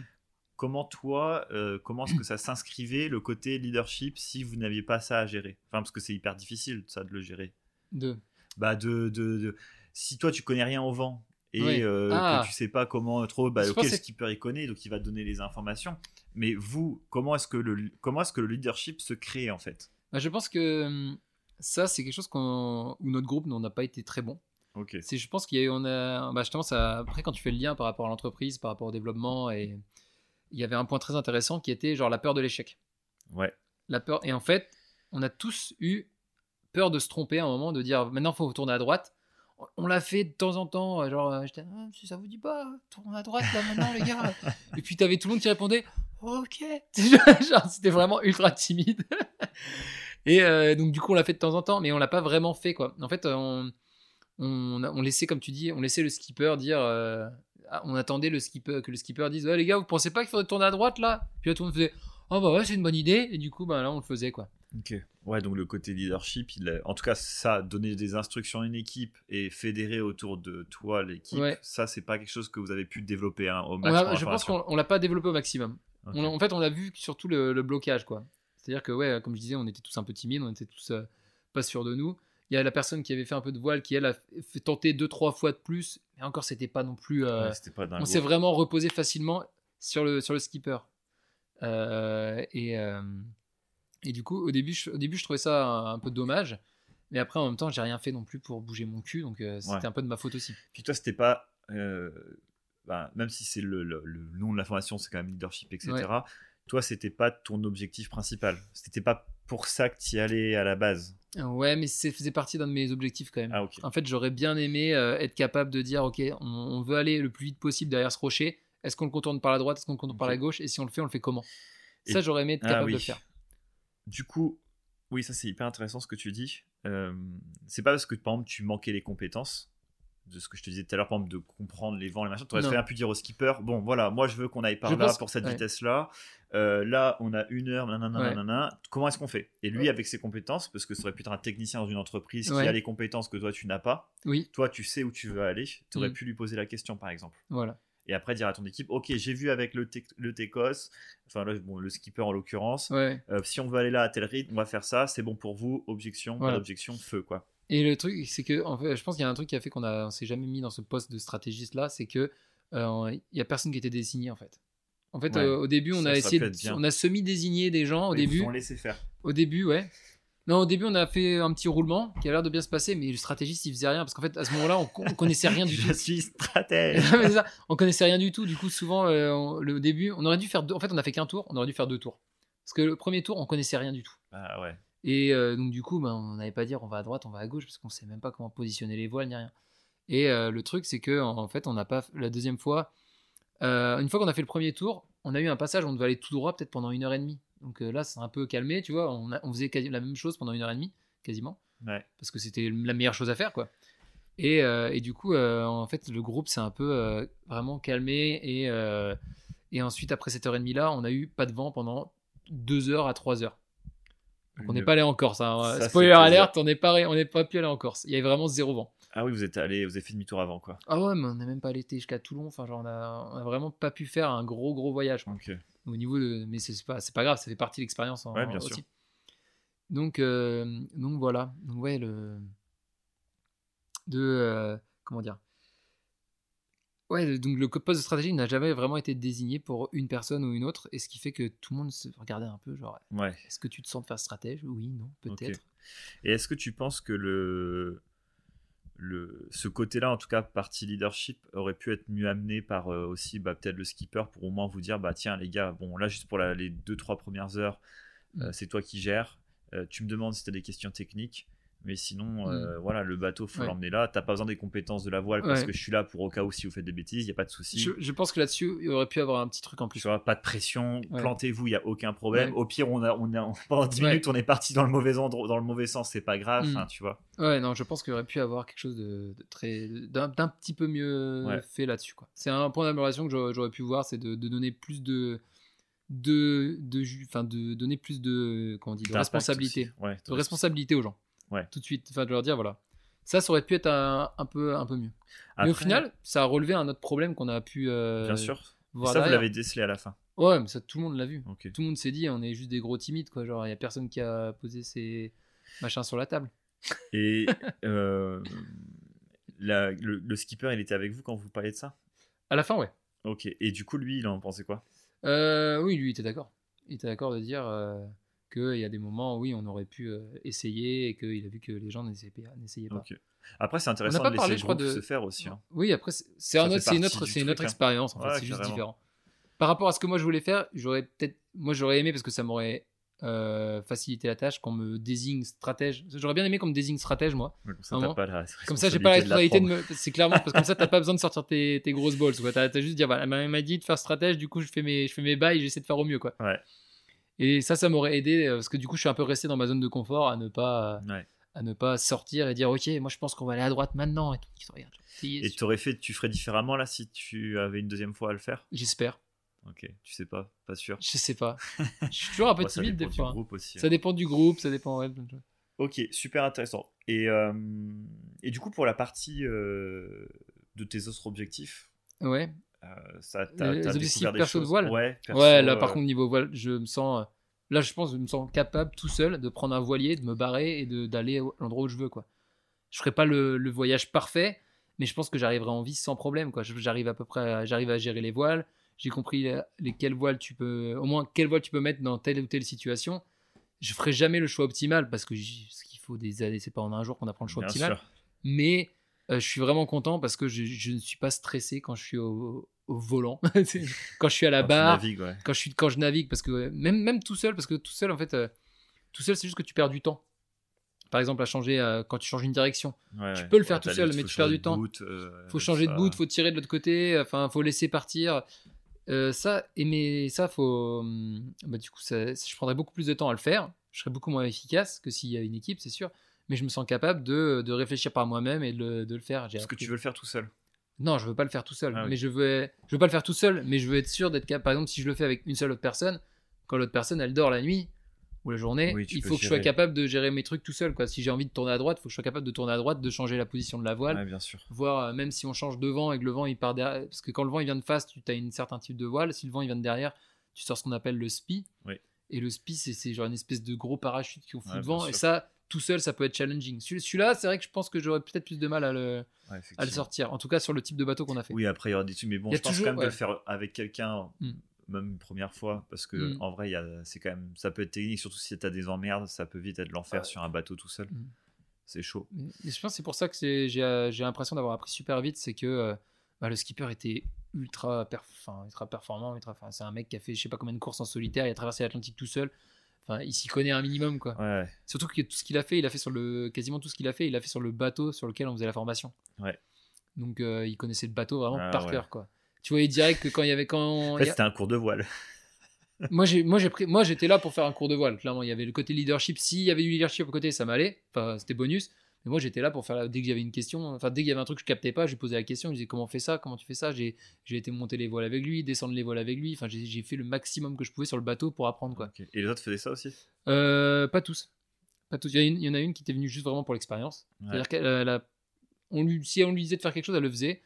B: Comment toi, euh, comment est-ce que ça s'inscrivait le côté leadership si vous n'aviez pas ça à gérer Enfin, parce que c'est hyper difficile ça de le gérer.
A: deux.
B: Bah de, de, de- si toi tu connais rien au vent et
A: Ouais.
B: euh,
A: Ah.
B: que tu sais pas comment trop bah
A: Je
B: ok
A: pense
B: le
A: que-
B: skipper il connaît donc il va te donner les informations mais vous comment est-ce que le comment est-ce que le leadership se crée en fait
A: Bah, je pense que hum, ça, c'est quelque chose qu'on- où notre groupe, nous, on n'a pas été très bon.
B: ok
A: C'est, je pense qu'il y a eu, on a, bah, justement, ça, après, quand tu fais le lien par rapport à l'entreprise, par rapport au développement, et il y avait un point très intéressant qui était genre la peur de l'échec.
B: ouais
A: La peur, et en fait, on a tous eu peur de se tromper à un moment, de dire maintenant, faut tourner à droite. On- On l'a fait de temps en temps, euh, genre, euh, j'étais, Ah, si ça vous dit pas, tourne à droite là maintenant, les gars. Et puis, t'avais tout le monde qui répondait, ok. Genre, c'était vraiment ultra timide. Et euh, donc, du coup, on l'a fait de temps en temps, mais on l'a pas vraiment fait, quoi. En fait, euh, on, on, a- on laissait, comme tu dis, on laissait le skipper dire. euh, ah, on attendait le skipper, que le skipper dise, ouais, les gars, vous pensez pas qu'il faudrait tourner à droite là Puis là, tout le monde faisait, oh bah ouais, c'est une bonne idée. Et du coup, bah là, on le faisait, quoi.
B: ok ouais donc le côté leadership il a- en tout cas ça donner des instructions à une équipe et fédérer autour de toi l'équipe
A: Ouais.
B: ça c'est pas quelque chose que vous avez pu développer hein, au
A: On
B: max
A: l'a-
B: pour
A: Bah, je pense
B: information.
A: qu'on on l'a pas développé au maximum.
B: Ok.
A: On l'a- en fait, on a vu surtout le, le blocage, quoi. C'est-à-dire que, ouais, comme je disais, on était tous un peu timides, on était tous euh, pas sûrs de nous. Il y a la personne qui avait fait un peu de voile, qui elle a fait tenter deux, trois fois de plus, mais encore, c'était pas non plus. euh,
B: Ouais, c'était pas dingue
A: on s'est vraiment reposé facilement sur le, sur le skipper. Euh, et, euh, et du coup, au début, je, au début, je trouvais ça un, un peu dommage. Mais après, en même temps, j'ai rien fait non plus pour bouger mon cul, donc euh, c'était
B: Ouais.
A: un peu de ma faute aussi.
B: Puis toi, c'était pas. euh, ben, même si c'est le, le- le nom de la formation, c'est quand même leadership, etc.
A: Ouais.
B: Toi, c'était pas ton objectif principal. C'était pas pour ça que tu y allais à la base.
A: Euh, Ouais, mais ça faisait partie d'un de mes objectifs quand même.
B: Ah, ok.
A: En fait, j'aurais bien aimé euh, être capable de dire, ok, on, on veut aller le plus vite possible derrière ce rocher. Est-ce qu'on le contourne par la droite Est-ce qu'on le contourne par
B: Ok.
A: la gauche Et si on le fait, on le fait comment
B: Et-
A: Ça, j'aurais aimé être
B: Ah
A: capable
B: oui.
A: de le faire.
B: Du coup, oui, ça c'est hyper intéressant ce que tu dis. Euh, c'est pas parce que par exemple tu manquais les compétences de ce que je te disais tout à l'heure, par exemple de comprendre les vents, les machins. Tu aurais
A: Non.
B: très bien pu dire au skipper Bon, voilà, moi je veux qu'on aille par
A: Je
B: là
A: pense-
B: pour cette
A: ouais.
B: vitesse-là. Euh, là, on a une heure, nanana,
A: Ouais.
B: nanana. Comment est-ce qu'on fait Et lui,
A: Ouais.
B: avec ses compétences, parce que ça aurait pu être un technicien dans une entreprise
A: Ouais.
B: qui a les compétences que toi tu n'as pas,
A: Oui,
B: toi tu sais où tu veux aller, tu aurais
A: Mm.
B: pu lui poser la question par exemple.
A: voilà.
B: Et après dire à ton équipe, ok, j'ai vu avec le, tec- le TECOS, enfin le, bon, le skipper en l'occurrence,
A: Ouais.
B: euh, si on veut aller là à tel rythme, on va faire ça, c'est bon pour vous, objection,
A: Voilà.
B: pas d'objection, feu quoi.
A: Et le truc, c'est que en fait, je pense qu'il y a un truc qui a fait qu'on a- on s'est jamais mis dans ce poste de stratégiste là, c'est que euh, il y a personne qui était désigné en fait. En fait,
B: Ouais.
A: euh, au début, on
B: Ça,
A: a
B: ça
A: essayé, de-
B: peut être bien.
A: on a semi-désigné des gens au
B: Ils
A: début.
B: vous ont laissé faire.
A: Au début, ouais. Non, au début, on a fait un petit roulement qui a l'air de bien se passer, mais le stratégiste, il faisait rien parce qu'en fait, à ce moment-là, on, on connaissait rien du tout.
B: Je suis stratège.
A: Mais c'est ça, on connaissait rien du tout. Du coup, souvent, euh, on- le au début, on aurait dû faire deux. En fait, on a fait qu'un tour. On aurait dû faire deux tours parce que le premier tour, on connaissait rien du tout.
B: Ah ouais.
A: Et euh, donc, du coup, ben, on n'avait pas à dire on va à droite, on va à gauche, parce qu'on sait même pas comment positionner les voiles ni rien. Et euh, le truc, c'est que en fait, on n'a pas. La deuxième fois, euh, une fois qu'on a fait le premier tour, on a eu un passage où on devait aller tout droit peut-être pendant une heure et demie. Donc euh, là, c'est un peu calmé, tu vois. On, a- on faisait quasi- la même chose pendant une heure et demie, quasiment,
B: Ouais.
A: parce que c'était la meilleure chose à faire, quoi. Et, euh, et du coup, euh, en fait, le groupe s'est un peu euh, vraiment calmé. Et, euh, et ensuite, après cette heure et demie là, on a eu pas de vent pendant deux heures à trois heures. Donc, on n'est
B: Une-
A: pas allé en Corse. hein.
B: Ça,
A: Spoiler
B: c'est
A: alerte, on n'est pas, on n'est pas pu aller en Corse. Il y avait vraiment zéro vent.
B: Ah oui, vous êtes allé, vous avez fait demi-tour avant quoi.
A: Ah ouais, mais on n'a même pas été jusqu'à Toulon. Enfin, genre, on a, on a vraiment pas pu faire un gros, gros voyage. quoi.
B: Ok.
A: Au niveau de, mais c'est pas, c'est pas grave, ça fait partie de l'expérience. en-
B: Ouais, bien
A: aussi.
B: sûr.
A: Donc, euh, donc voilà. Donc ouais, le de euh, comment dire. Ouais, le- donc le co- poste de stratégie n'a jamais vraiment été désigné pour une personne ou une autre, et ce qui fait que tout le monde se regardait un peu, genre,
B: Ouais.
A: est-ce que tu te sens de faire stratège Oui, non,
B: Ok.
A: peut-être.
B: Et est-ce que tu penses que le, le ce côté-là, en tout cas partie leadership, aurait pu être mieux amené par euh, aussi bah, peut-être le skipper pour au moins vous dire bah tiens les gars, bon là juste pour la- les deux trois premières heures, euh,
A: Mm.
B: c'est toi qui gères. Euh, tu me demandes si tu as des questions techniques. Mais sinon,
A: Mm.
B: euh, voilà, le bateau, faut
A: Ouais.
B: l'emmener là. T'as pas besoin des compétences de la voile parce
A: Ouais.
B: que je suis là pour au cas où si vous faites des bêtises, il n'y a pas de souci.
A: Je, je pense que là-dessus, il aurait pu avoir un petit truc en
B: Tu
A: plus.
B: vois, pas de pression,
A: Ouais.
B: plantez-vous, il n'y a aucun problème.
A: Ouais.
B: Au pire, on a, on a, pendant 10
A: Ouais.
B: minutes, on est parti dans le mauvais endroit, dans le mauvais sens, c'est pas grave,
A: Mm.
B: hein, tu vois.
A: Ouais, non, je pense qu'il aurait pu avoir quelque chose de, de très d'un d'un petit peu mieux
B: Ouais.
A: fait là-dessus. quoi. C'est un point d'amélioration que j'aurais- j'aurais pu voir, c'est de, de donner plus de de de ju- enfin de donner plus de comment on dit de
B: D'impact
A: responsabilité,
B: aussi. Ouais,
A: de responsabilité aux gens.
B: Ouais.
A: Tout de suite, enfin de leur dire voilà, ça, ça aurait pu être un, un peu un peu mieux. Mais au
B: Après,
A: final, ça a relevé un autre problème qu'on a pu euh,
B: bien sûr.
A: voir
B: ça, vous
A: derrière.
B: l'avez décelé à la fin.
A: Ouais, mais ça tout le monde l'a vu.
B: Ok.
A: Tout le monde s'est dit on est juste des gros timides quoi, genre il y a personne qui a posé ses machins sur la table.
B: Et euh, la- le, le skipper, il était avec vous quand vous parliez de ça
A: À la fin, ouais.
B: Ok. Et du coup, lui, il en pensait quoi
A: Euh, oui, lui, il était d'accord. Il était d'accord de dire euh, qu'il y a des moments où oui, on aurait pu euh, essayer et qu'il a vu que les gens n'essayaient pas. n'essayaient pas.
B: Ok. Après, c'est intéressant
A: pas
B: de laisser
A: parlé,
B: le
A: je crois,
B: groupe
A: de-
B: se faire aussi. hein.
A: Oui, après, c'est- c'est
B: Ça
A: un
B: fait
A: autre- c'est une
B: partie
A: autre,
B: du
A: c'est une autre
B: truc, hein.
A: expérience. En fait,
B: Ouais,
A: c'est juste
B: carrément.
A: différent. Par rapport à ce que moi je voulais faire, j'aurais peut-être, moi j'aurais aimé parce que ça m'aurait euh, facilité la tâche qu'on me désigne stratège. J'aurais bien aimé qu'on me désigne stratège, moi.
B: Comme ça, t'as
A: Vraiment.
B: pas la
A: Comme ça, j'ai pas la responsabilité de
B: prendre.
A: me. C'est clairement parce que comme ça, t'as pas besoin de sortir tes, tes grosses balls. Quoi. T'as, t'as juste dire, voilà, elle m'a- elle m'a dit de faire stratège, du coup, je fais mes, je fais mes bails, j'essaie de faire au mieux, quoi.
B: Ouais.
A: Et ça, ça m'aurait aidé euh, parce que du coup, je suis un peu resté dans ma zone de confort à ne pas,
B: Ouais.
A: à ne pas sortir et dire, ok, moi, je pense qu'on va aller à droite maintenant et tout. Qui te regarde. Si,
B: Et t'aurais fait, tu ferais différemment là si tu avais une deuxième fois à le faire
A: J'espère.
B: Ok. Tu sais pas, pas sûr.
A: Je sais pas. je suis toujours un peu
B: Ouais, ça
A: timide des
B: dépend du
A: fois. hein.
B: groupe aussi,
A: Ça
B: hein.
A: dépend du groupe, ça dépend. ouais, plein de choses.
B: Ok, super intéressant. Et, euh, et du coup, pour la partie euh, de tes autres objectifs,
A: ouais.
B: euh, ça t'as
A: Les
B: t'as
A: objectifs
B: découvert des
A: perso de
B: choses.
A: voile
B: Ouais, perso,
A: ouais, là par
B: euh,
A: contre, niveau voile, je me sens. euh, Là, je pense que je me sens capable tout seul de prendre un voilier, de me barrer et de- d'aller au- à l'endroit où je veux. quoi. Je ferai pas le, le voyage parfait, mais je pense que j'arriverai en vie sans problème. quoi. Je- J'arrive à peu près à, j'arrive à gérer les voiles. J'ai compris euh, lesquelles voiles tu peux. Au moins, quelles voiles tu peux mettre dans telle ou telle situation. Je ferai jamais le choix optimal parce que j'y- ce qu'il faut des années, c'est pas en un jour qu'on apprend le choix
B: bien
A: optimal.
B: sûr.
A: mais euh, je suis vraiment content parce que je, je ne suis pas stressé quand je suis au, au volant, quand je suis à la
B: Quand tu
A: barre,
B: navigues, ouais.
A: quand je suis quand je navigue, parce que euh, même même tout seul, parce que tout seul en fait, euh, tout seul c'est juste que tu perds du temps. Par exemple, à changer euh, quand tu changes une direction,
B: Ouais,
A: tu
B: ouais.
A: peux le faire
B: Ouais,
A: tout
B: t'as
A: seul,
B: les-
A: mais
B: faut
A: tu perds
B: changer
A: du temps.
B: boot, euh,
A: faut changer de
B: ça.
A: bout, faut tirer de l'autre côté, enfin faut laisser partir. Euh, ça et mais ça faut, hum, bah, du coup ça- ça- je prendrais beaucoup plus de temps à le faire. Je serais beaucoup moins efficace que s'il y a une équipe, c'est sûr. Mais je me sens capable de, de réfléchir par moi-même et de, le- de le faire. J'ai
B: Parce que
A: appris-
B: tu veux le faire tout seul.
A: non, je veux pas le faire tout seul.
B: Ah oui.
A: Mais je veux, je veux pas le faire tout seul, mais je veux être sûr d'être capable. Par exemple, si je le fais avec une seule autre personne, quand l'autre personne elle dort la nuit ou la journée,
B: Oui, tu
A: il
B: peux
A: faut que je sois
B: gérer.
A: capable de gérer mes trucs tout seul. Quoi. Si j'ai envie de tourner à droite, il faut que je sois capable de tourner à droite, de changer la position de la voile,
B: Ouais, bien sûr.
A: voir euh, même si on change de vent et que le vent il part derrière. Parce que quand le vent il vient de face, tu as un certain type de voile. Si le vent il vient de derrière, tu sors ce qu'on appelle le spi.
B: Oui.
A: Et le spi, c'est- c'est genre une espèce de gros parachute qui ont fout
B: Ouais,
A: de
B: bien
A: vent.
B: sûr.
A: Et ça, tout seul, ça peut être challenging. Celui- Celui-là, c'est vrai que je pense que j'aurais peut-être plus de mal à le,
B: Ouais,
A: à le
B: effectivement.
A: sortir. En tout cas, sur le type de bateau qu'on a fait.
B: Oui, après, il y aura des trucs, mais bon,
A: Il y
B: je
A: a
B: pense
A: toujours-
B: quand même
A: ouais.
B: de le faire avec quelqu'un,
A: Mm.
B: même une première fois, parce que
A: Mm.
B: en vrai, il y a- c'est quand même, ça peut être technique, surtout si t'as des emmerdes, ça peut vite être l'enfer sur un bateau tout seul.
A: Mm.
B: C'est chaud.
A: Mais je pense que c'est pour ça que c'est- j'ai euh, j'ai l'impression d'avoir appris super vite, c'est que euh, bah, le skipper était ultra, perf- enfin, ultra performant, ultra, enfin, c'est un mec qui a fait je sais pas combien de courses en solitaire, il a traversé l'Atlantique tout seul. Enfin, il s'y connaît un minimum quoi.
B: Ouais,
A: Surtout que tout ce qu'il a fait, il a fait sur le quasiment tout ce qu'il a fait, il a fait sur le bateau sur lequel on faisait la formation.
B: Ouais.
A: Donc euh, il connaissait le bateau vraiment
B: Ah,
A: par
B: ouais. Bah,
A: cœur quoi. Tu voyais direct que quand il y avait quand
B: En
A: il
B: fait,
A: y a-
B: c'était un cours de voile.
A: moi j'ai moi j'ai pris moi j'étais là pour faire un cours de voile clairement il y avait le côté leadership s'il y avait du leadership au côté ça m'allait enfin c'était bonus mais moi j'étais là pour faire la- dès qu'il y avait une question enfin dès qu'il y avait un truc que je captais pas j'ai posé la question je disais comment on fait ça comment tu fais ça j'ai j'ai été monter les voiles avec lui descendre les voiles avec lui enfin j'ai j'ai fait le maximum que je pouvais sur le bateau pour apprendre quoi
B: Ok. Et les autres faisaient ça aussi
A: euh, pas tous. Pas tous. Il y, a une- il y en a une qui était venue juste vraiment pour l'expérience.
B: Ouais.
A: C'est-à-dire qu'elle euh, elle a- on lui, si on lui disait de faire quelque chose, elle le faisait.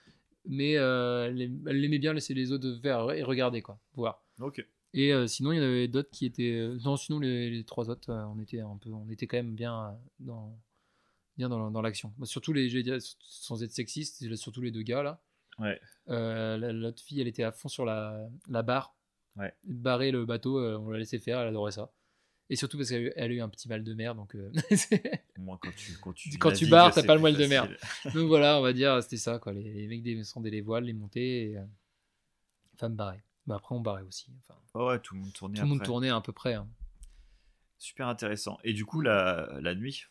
A: Mais euh, elle, aim- elle aimait bien laisser les autres faire et regarder, quoi, voir.
B: Ok.
A: Et euh, sinon, il y en avait d'autres qui étaient. euh, non, sinon les, les trois autres, euh, on était un peu, on était quand même bien euh, dans, bien dans, dans l'action. Bah, surtout les, je vais dire, sans être sexiste, c'est surtout les deux gars là.
B: Ouais.
A: Euh, la- L'autre fille, elle était à fond sur la, la barre.
B: Ouais.
A: Barrer le bateau, euh, on l'a laissé faire, elle adorait ça. Et surtout parce qu'elle elle a eu un petit mal de mer, donc. euh, c'est-
B: Au moins, quand tu Quand tu,
A: Quand tu
B: navigues,
A: barres, t'as
B: c'est
A: pas le
B: plus
A: voile de mer.
B: facile.
A: donc voilà, on va dire, euh, c'était ça quoi. Les, les mecs descendaient les voiles, les montaient. Et, euh, femme barrée. Bah, après, on barrait aussi. Enfin,
B: Oh ouais, tout le monde tournait
A: tout le monde
B: après.
A: tournait à peu près. hein.
B: Super intéressant. Et du coup, la, la nuit,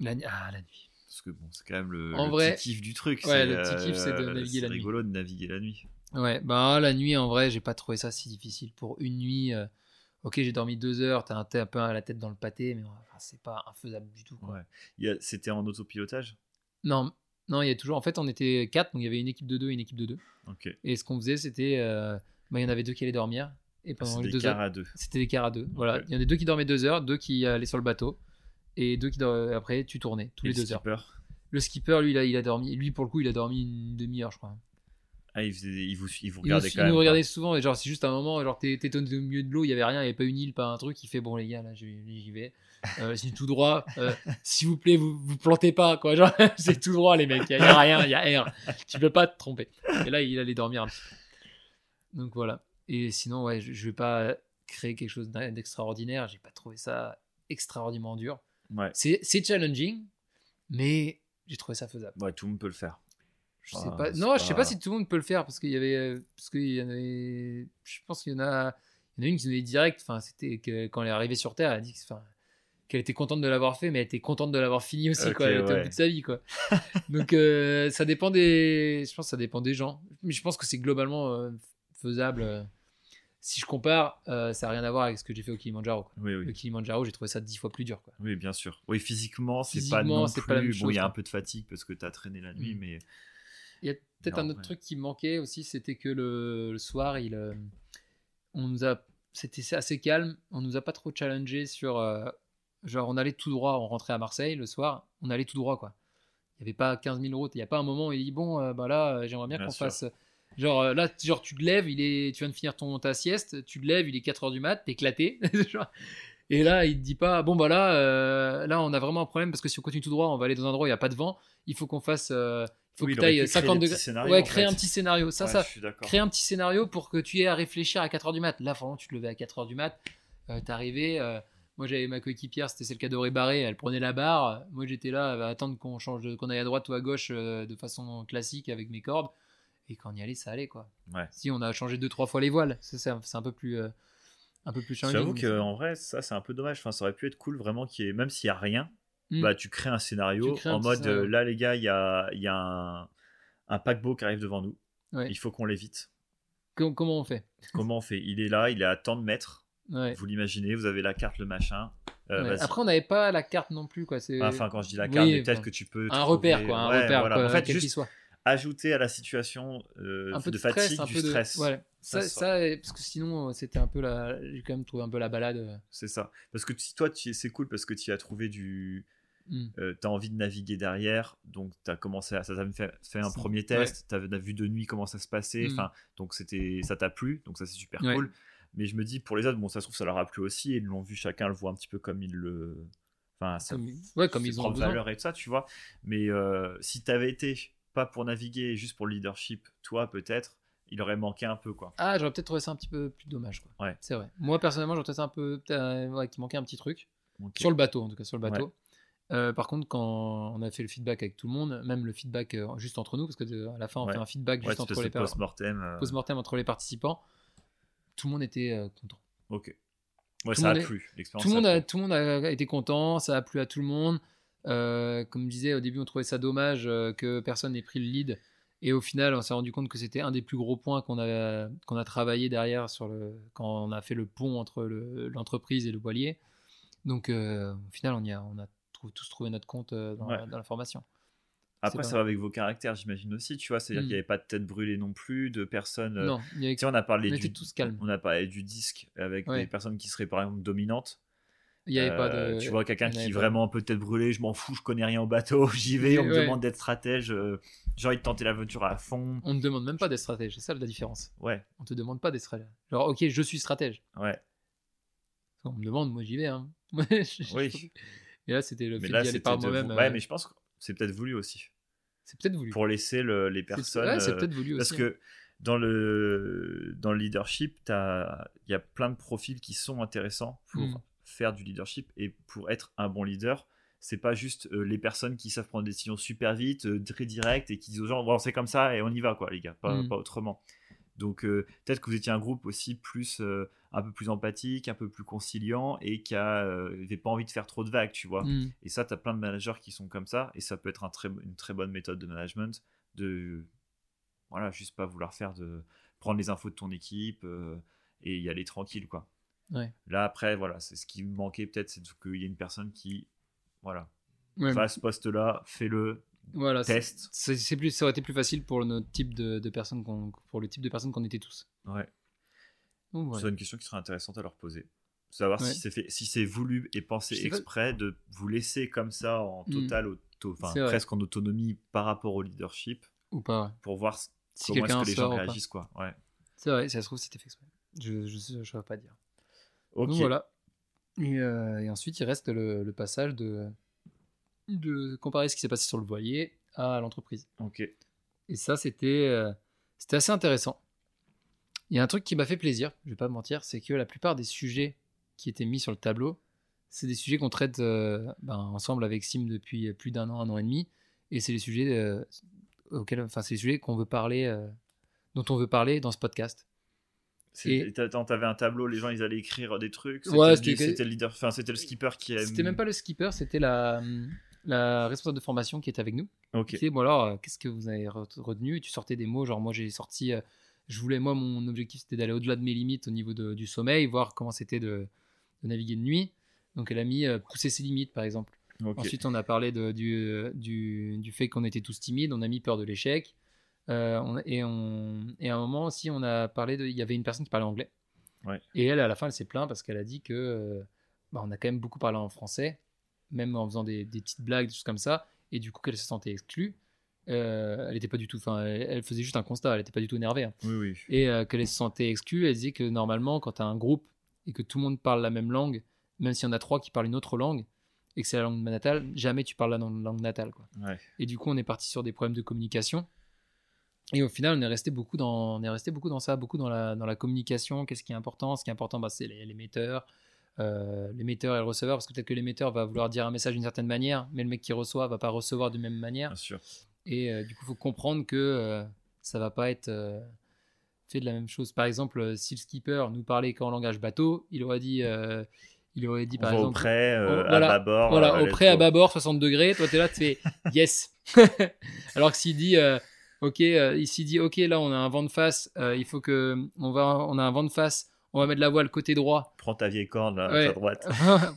A: La, nu- ah, la nuit.
B: parce que bon, c'est quand même le,
A: En
B: le
A: vrai-
B: petit kiff du truc.
A: Ouais, le petit kiff, c'est de
B: euh,
A: naviguer
B: c'est
A: la nuit.
B: rigolo de naviguer la nuit.
A: Ouais, bah la nuit en vrai, j'ai pas trouvé ça si difficile. Pour une nuit, euh, ok, j'ai dormi deux heures, t'as un, t'as un peu la tête dans le pâté, mais enfin, c'est pas infaisable du tout. Quoi.
B: Ouais. Il y a- C'était en autopilotage
A: Non, non, il y a toujours. En fait, on était quatre, donc il y avait une équipe de deux et une équipe de deux.
B: Ok.
A: Et ce qu'on faisait, c'était, euh, bah, il y en avait deux qui allaient dormir et pendant
B: C'est
A: les
B: des
A: deux
B: cars
A: heures,
B: à deux.
A: c'était des cars à deux. Voilà,
B: Ok.
A: il y en a deux qui dormaient deux heures, deux qui allaient sur le bateau. Et deux qui dor- après tu tournais tous
B: Et
A: les
B: le
A: deux heures.
B: skipper,
A: Le skipper lui il a, il a dormi lui pour le coup il a dormi une demi-heure je crois.
B: Ah, il, faisait- il vous, il vous
A: Il nous,
B: regardait
A: il
B: quand même.
A: nous
B: quoi.
A: regardait souvent, et genre, c'est juste un moment, genre, t'es t'es au milieu de l'eau, il y avait rien, il n'y avait pas une île, pas un truc. Il fait, bon, les gars, là, j'y j'y vais. Euh, c'est tout droit. Euh, S'il vous plaît, vous vous plantez pas, quoi. Genre, c'est tout droit, les mecs. Il n'y a, rien, il y a air. Tu peux pas te tromper. Et là, il allait dormir un petit peu. Donc voilà. Et sinon, ouais, je, je vais pas créer quelque chose d'in- d'extraordinaire. J'ai pas trouvé ça extraordinairement dur.
B: Ouais.
A: C'est c'est challenging, mais j'ai trouvé ça faisable.
B: Ouais, tout le monde peut le faire.
A: Je sais
B: Ah,
A: pas.
B: c'est
A: Non, je sais
B: pas-
A: pas si tout le monde peut le faire parce qu'il y avait, euh, parce qu'il y en avait. Je pense qu'il y en a. Il y en a une qui nous est direct. Enfin, c'était que- quand elle est arrivée sur Terre, elle a dit que- enfin, qu'elle était contente de l'avoir fait, mais elle était contente de l'avoir fini aussi.
B: Ok,
A: quoi. Elle était au
B: ouais.
A: bout de sa vie, quoi. Donc, euh, ça dépend des. Je pense que ça dépend des gens. Mais je pense que c'est globalement euh, faisable. euh. Si je compare, euh, ça n'a rien à voir avec ce que j'ai fait au Kilimanjaro. quoi.
B: Oui,
A: Le
B: oui.
A: Kilimanjaro, j'ai trouvé ça dix fois plus dur. Quoi.
B: oui, bien sûr. Oui, physiquement, c'est pas
A: Physiquement,
B: non
A: c'est
B: plus.
A: pas la même
B: bon, il y
A: chose,
B: a un
A: quoi.
B: peu de fatigue parce que t'as traîné la nuit,
A: Mm.
B: mais
A: Il y a peut-être
B: Non,
A: un autre
B: ouais.
A: truc qui me manquait aussi, c'était que le, le soir, il, euh, on nous a, c'était assez calme. On nous a pas trop challengé sur, euh, genre, on allait tout droit, on rentrait à Marseille le soir, on allait tout droit, quoi. Il n'y avait pas 15 000 routes. Il n'y a pas un moment où il dit bon, euh, bah là, euh, j'aimerais bien,
B: Bien
A: qu'on
B: sûr.
A: fasse. Genre euh, là, genre tu te lèves, il est, tu viens de finir ton ta sieste, tu te lèves, il est 4 heures du mat, t'es éclaté. Genre, et là, il te dit pas bon bah là, euh, là on a vraiment un problème parce que si on continue tout droit, on va aller dans un endroit où il n'y a pas de vent. Il faut qu'on fasse, euh, il faut
B: Oui,
A: que
B: il
A: tu
B: aurait pu
A: ailles
B: créer
A: 50
B: des
A: degrés.
B: petits scénarios,
A: ouais,
B: en
A: créer
B: fait.
A: un petit scénario. Ça, ça,
B: je suis d'accord.
A: créer un petit scénario pour que tu aies à réfléchir à 4h du mat. Là, vraiment, tu te levais à 4h du mat, euh, t'arrivais. euh, moi, j'avais ma coéquipière, c'était celle qui adorait barrer, elle prenait la barre. Moi, j'étais là à attendre qu'on change, de- qu'on aille à droite ou à gauche euh, de façon classique avec mes cordes. Et quand on y allait, ça allait quoi.
B: Ouais.
A: Si on a changé deux trois fois les voiles, ça, c'est un c'est un peu plus, euh, un peu plus challenging.
B: J'avoue
A: mais
B: que
A: ça-
B: en vrai, ça c'est un peu dommage. Enfin, ça aurait pu être cool vraiment qu'il y ait, même s'il y a rien,
A: Mm.
B: bah tu crées un scénario
A: Tu crées un
B: en
A: petit
B: mode
A: scénario.
B: euh, là les gars, il y a, il y a un, un paquebot qui arrive devant nous.
A: Ouais.
B: Il faut qu'on l'évite.
A: Com- comment on fait
B: Comment on fait Il est là, il est à tant de mètres.
A: Ouais.
B: Vous l'imaginez, vous avez la carte, le machin. Euh,
A: Ouais.
B: vas-y.
A: Après, on n'avait pas la carte non plus quoi. C'est
B: Enfin, quand je dis la carte,
A: Oui,
B: mais peut-être
A: enfin,
B: que tu peux.
A: un
B: trouver-
A: repère quoi, un
B: Ouais,
A: repère
B: voilà.
A: quoi,
B: En fait,
A: quel qu'il
B: juste
A: soit.
B: ajouter à la situation euh, de, fatigue, du stress.
A: ouais.
B: Ça,
A: Ça,
B: ça-
A: ça, euh, parce que sinon, euh, c'était un peu la. J'ai quand même trouvé un peu la balade. euh.
B: C'est ça. Parce que si toi, tu- c'est cool parce que tu as trouvé du.
A: Hmm.
B: euh, t'as envie de naviguer derrière, donc t'as commencé à. Ça t'a fait, fait un
A: C'est-
B: premier test, t'as t'as vu de nuit comment ça se passait,
A: Mm.
B: enfin, donc c'était, ça t'a plu, donc ça c'est super
A: Ouais.
B: cool. Mais je me dis, pour les autres, bon, ça se trouve, ça leur a plu aussi, et ils l'ont vu, chacun le voit un petit peu comme il le. Enfin, Ah, ça,
A: Comme, ouais, comme
B: ses
A: ils ont
B: propres
A: besoin.
B: valeurs et tout ça, tu vois. Mais euh, si t'avais été pas pour naviguer, juste pour le leadership, toi peut-être, il aurait manqué un peu, quoi.
A: Ah, j'aurais peut-être trouvé ça un petit peu plus dommage. Quoi.
B: Ouais.
A: C'est vrai. Moi, personnellement, j'aurais peut-être un peu. peut-être, euh, ouais, qu'il manquait un petit truc.
B: Donc,
A: Sur le bateau, en tout cas, sur le bateau. Euh, par contre, quand on a fait le feedback avec tout le monde, même le feedback euh, juste entre nous, parce que de- à la fin, on
B: Ouais.
A: fait un feedback
B: ouais,
A: juste
B: tu te
A: entre
B: fais
A: les par-
B: post-mortem. euh,
A: post-mortem entre les participants, tout le monde était euh, content.
B: Ok. Ouais,
A: Tout
B: ça
A: le
B: a
A: monde est-
B: plu. L'expérience
A: tout le monde
B: a
A: a,
B: plu.
A: tout le monde a été content, ça a plu à tout le monde. Euh, comme je disais au début, on trouvait ça dommage euh, que personne n'ait pris le lead. Et au final, on s'est rendu compte que c'était un des plus gros points qu'on a, qu'on a travaillé derrière sur le, quand on a fait le pont entre le- l'entreprise et le voilier. Donc euh, au final, on, y a, on a trou- tous trouvé notre compte euh, dans, la,
B: Ouais.
A: dans la formation.
B: Après,
A: pas-
B: ça va avec vos caractères, j'imagine aussi, tu vois. C'est-à-dire
A: Mm.
B: qu'il n'y avait pas de tête brûlée non plus, de personnes. euh,
A: non, il y avait-
B: Tu sais, on a parlé
A: on
B: du.
A: était tous calmes.
B: On a parlé du disque avec
A: Ouais.
B: des personnes qui seraient par exemple dominantes.
A: il n'y avait pas
B: Euh,
A: de.
B: Tu vois,
A: il
B: quelqu'un
A: y en
B: qui
A: avait pas.
B: vraiment peut être brûlé, je m'en fous, je connais rien au bateau, j'y vais, on me
A: Ouais.
B: demande d'être stratège, euh, j'ai envie de tenter l'aventure à fond.
A: On ne demande même pas des stratèges, c'est ça la différence.
B: Ouais,
A: On te demande pas des stratèges. Genre, ok, je suis stratège.
B: ouais.
A: On me demande, moi j'y vais. Hein. Moi, je- je-
B: Oui.
A: Et là, c'était le
B: Mais
A: fait
B: là,
A: d'y
B: c'était.
A: aller par
B: de
A: moi-même.
B: vous- Ouais,
A: euh,
B: mais je pense que c'est peut-être voulu aussi.
A: C'est peut-être voulu.
B: Pour laisser le- les
A: C'est-
B: personnes.
A: ouais, c'est
B: euh,
A: peut-être voulu
B: Parce
A: aussi. hein.
B: que dans le, dans le leadership, t'as- il y a plein de profils qui sont intéressants pour
A: Mm.
B: faire du leadership et pour être un bon leader. C'est pas juste euh, les personnes qui savent prendre des décisions super vite, euh, très directes et qui disent aux gens bon, c'est comme ça et on y va, quoi, les gars, pas,
A: Mm.
B: pas autrement. Donc euh, peut-être que vous étiez un groupe aussi plus euh, un peu plus empathique, un peu plus conciliant et qui n'avait pas envie de faire trop de vagues, tu vois.
A: Mm.
B: Et ça, tu as plein de managers qui sont comme ça, et ça peut être un très, une très bonne méthode de management de, voilà, juste pas vouloir faire de prendre les infos de ton équipe euh, et y aller tranquille, quoi.
A: Ouais.
B: Là, après, voilà, c'est ce qui me manquait peut-être, c'est qu'il y ait une personne qui, voilà,
A: Ouais,
B: fasse ce poste-là, fais-le,
A: voilà, c'est-
B: teste.
A: c'est- c'est plus, ça aurait été plus facile pour notre type de, de personnes qu'on, pour le type de personnes qu'on était tous.
B: Ouais.
A: Donc, voilà.
B: C'est une question qui serait intéressante à leur poser. Savoir
A: Ouais.
B: si c'est fait, si c'est voulu et pensé
A: Je sais pas-
B: exprès de vous laisser comme ça en
A: Mm.
B: total auto, enfin
A: C'est vrai.
B: presque en autonomie par rapport au leadership
A: Ou pas. ouais.
B: pour voir c-
A: Si
B: comment est-ce
A: quelqu'un
B: que les gens
A: sort ou pas.
B: réagissent quoi. Ouais.
A: C'est vrai, ça se trouve c'était fait exprès. Je je sais- je saurais pas dire.
B: Ok.
A: Donc voilà. Et, euh, et ensuite il reste le, le passage de de comparer ce qui s'est passé sur le voilier à l'entreprise.
B: Ok.
A: Et ça c'était euh, c'était assez intéressant. Il y a un truc qui m'a fait plaisir, je vais pas mentir, c'est que la plupart des sujets qui étaient mis sur le tableau, c'est des sujets qu'on traite euh, ben, ensemble avec Sim depuis plus d'un an, un an et demi, et c'est les sujets euh, auxquels, enfin c'est les sujets qu'on veut parler, euh, dont on veut parler dans ce podcast.
B: C'est-
A: Et-
B: t'a- attends, T'avais un tableau, les gens ils allaient écrire des trucs. C'était
A: Ouais,
B: le-
A: c'était-
B: c'était le leader, enfin c'était le skipper qui. a-
A: C'était même pas le skipper, c'était la, hum, la responsable de formation qui était avec nous.
B: Ok.
A: Qui disait, bon alors, euh, qu'est-ce que vous avez re- retenu Et tu sortais des mots, genre moi j'ai sorti, euh, je voulais, moi mon objectif c'était d'aller au-delà de mes limites au niveau de- du sommeil, voir comment c'était de, de naviguer de nuit. Donc elle a mis euh, pousser ses limites par exemple.
B: Ok.
A: Ensuite on a parlé de- du, du, du fait qu'on était tous timides, on a mis peur de l'échec. Euh, on- et, on, et à un moment aussi on a parlé de, il y avait une personne qui parlait anglais.
B: Ouais.
A: Et elle à la fin elle s'est plainte parce qu'elle a dit que euh, bah, on a quand même beaucoup parlé en français, même en faisant des, des petites blagues, des choses comme ça, et du coup qu'elle se sentait exclue. Euh, elle était pas du tout, enfin, elle, elle faisait juste un constat, elle était pas du tout énervée. hein.
B: Oui oui.
A: Et euh, qu'elle se sentait exclue, elle disait que normalement, quand t'as un groupe et que tout le monde parle la même langue, même s'il y en a trois qui parlent une autre langue et que c'est la langue natale, jamais tu parles la langue langue natale, quoi.
B: Ouais.
A: Et du coup, on est parti sur des problèmes de communication. Et au final, on est resté beaucoup dans, on est resté beaucoup dans ça, beaucoup dans la, dans la communication. Qu'est-ce qui est important Ce qui est important, bah, c'est les- l'émetteur, euh, l'émetteur et le receveur, parce que peut-être que l'émetteur va vouloir dire un message d'une certaine manière, mais le mec qui reçoit va pas recevoir de même manière.
B: Bien sûr.
A: Et euh, du coup, il faut comprendre que euh, ça va pas être euh, fait de la même chose. Par exemple, euh, si le skipper nous parlait qu'en langage bateau, il aurait dit, euh, il aurait dit
B: On
A: par
B: va au
A: exemple,
B: prêt, euh,
A: on- voilà,
B: à bâbord.
A: voilà,
B: euh,
A: au
B: let's
A: prêt à
B: go.
A: bas bord, 60 degrés, toi t'es là, tu fais yes. Alors que s'il dit, euh, ok, euh, il s'y dit, ok, là on a un vent de face, euh, il faut que, on va, on a un vent de face, on va mettre la voile côté droit.
B: Prends ta vieille corne là,
A: Ouais.
B: à droite.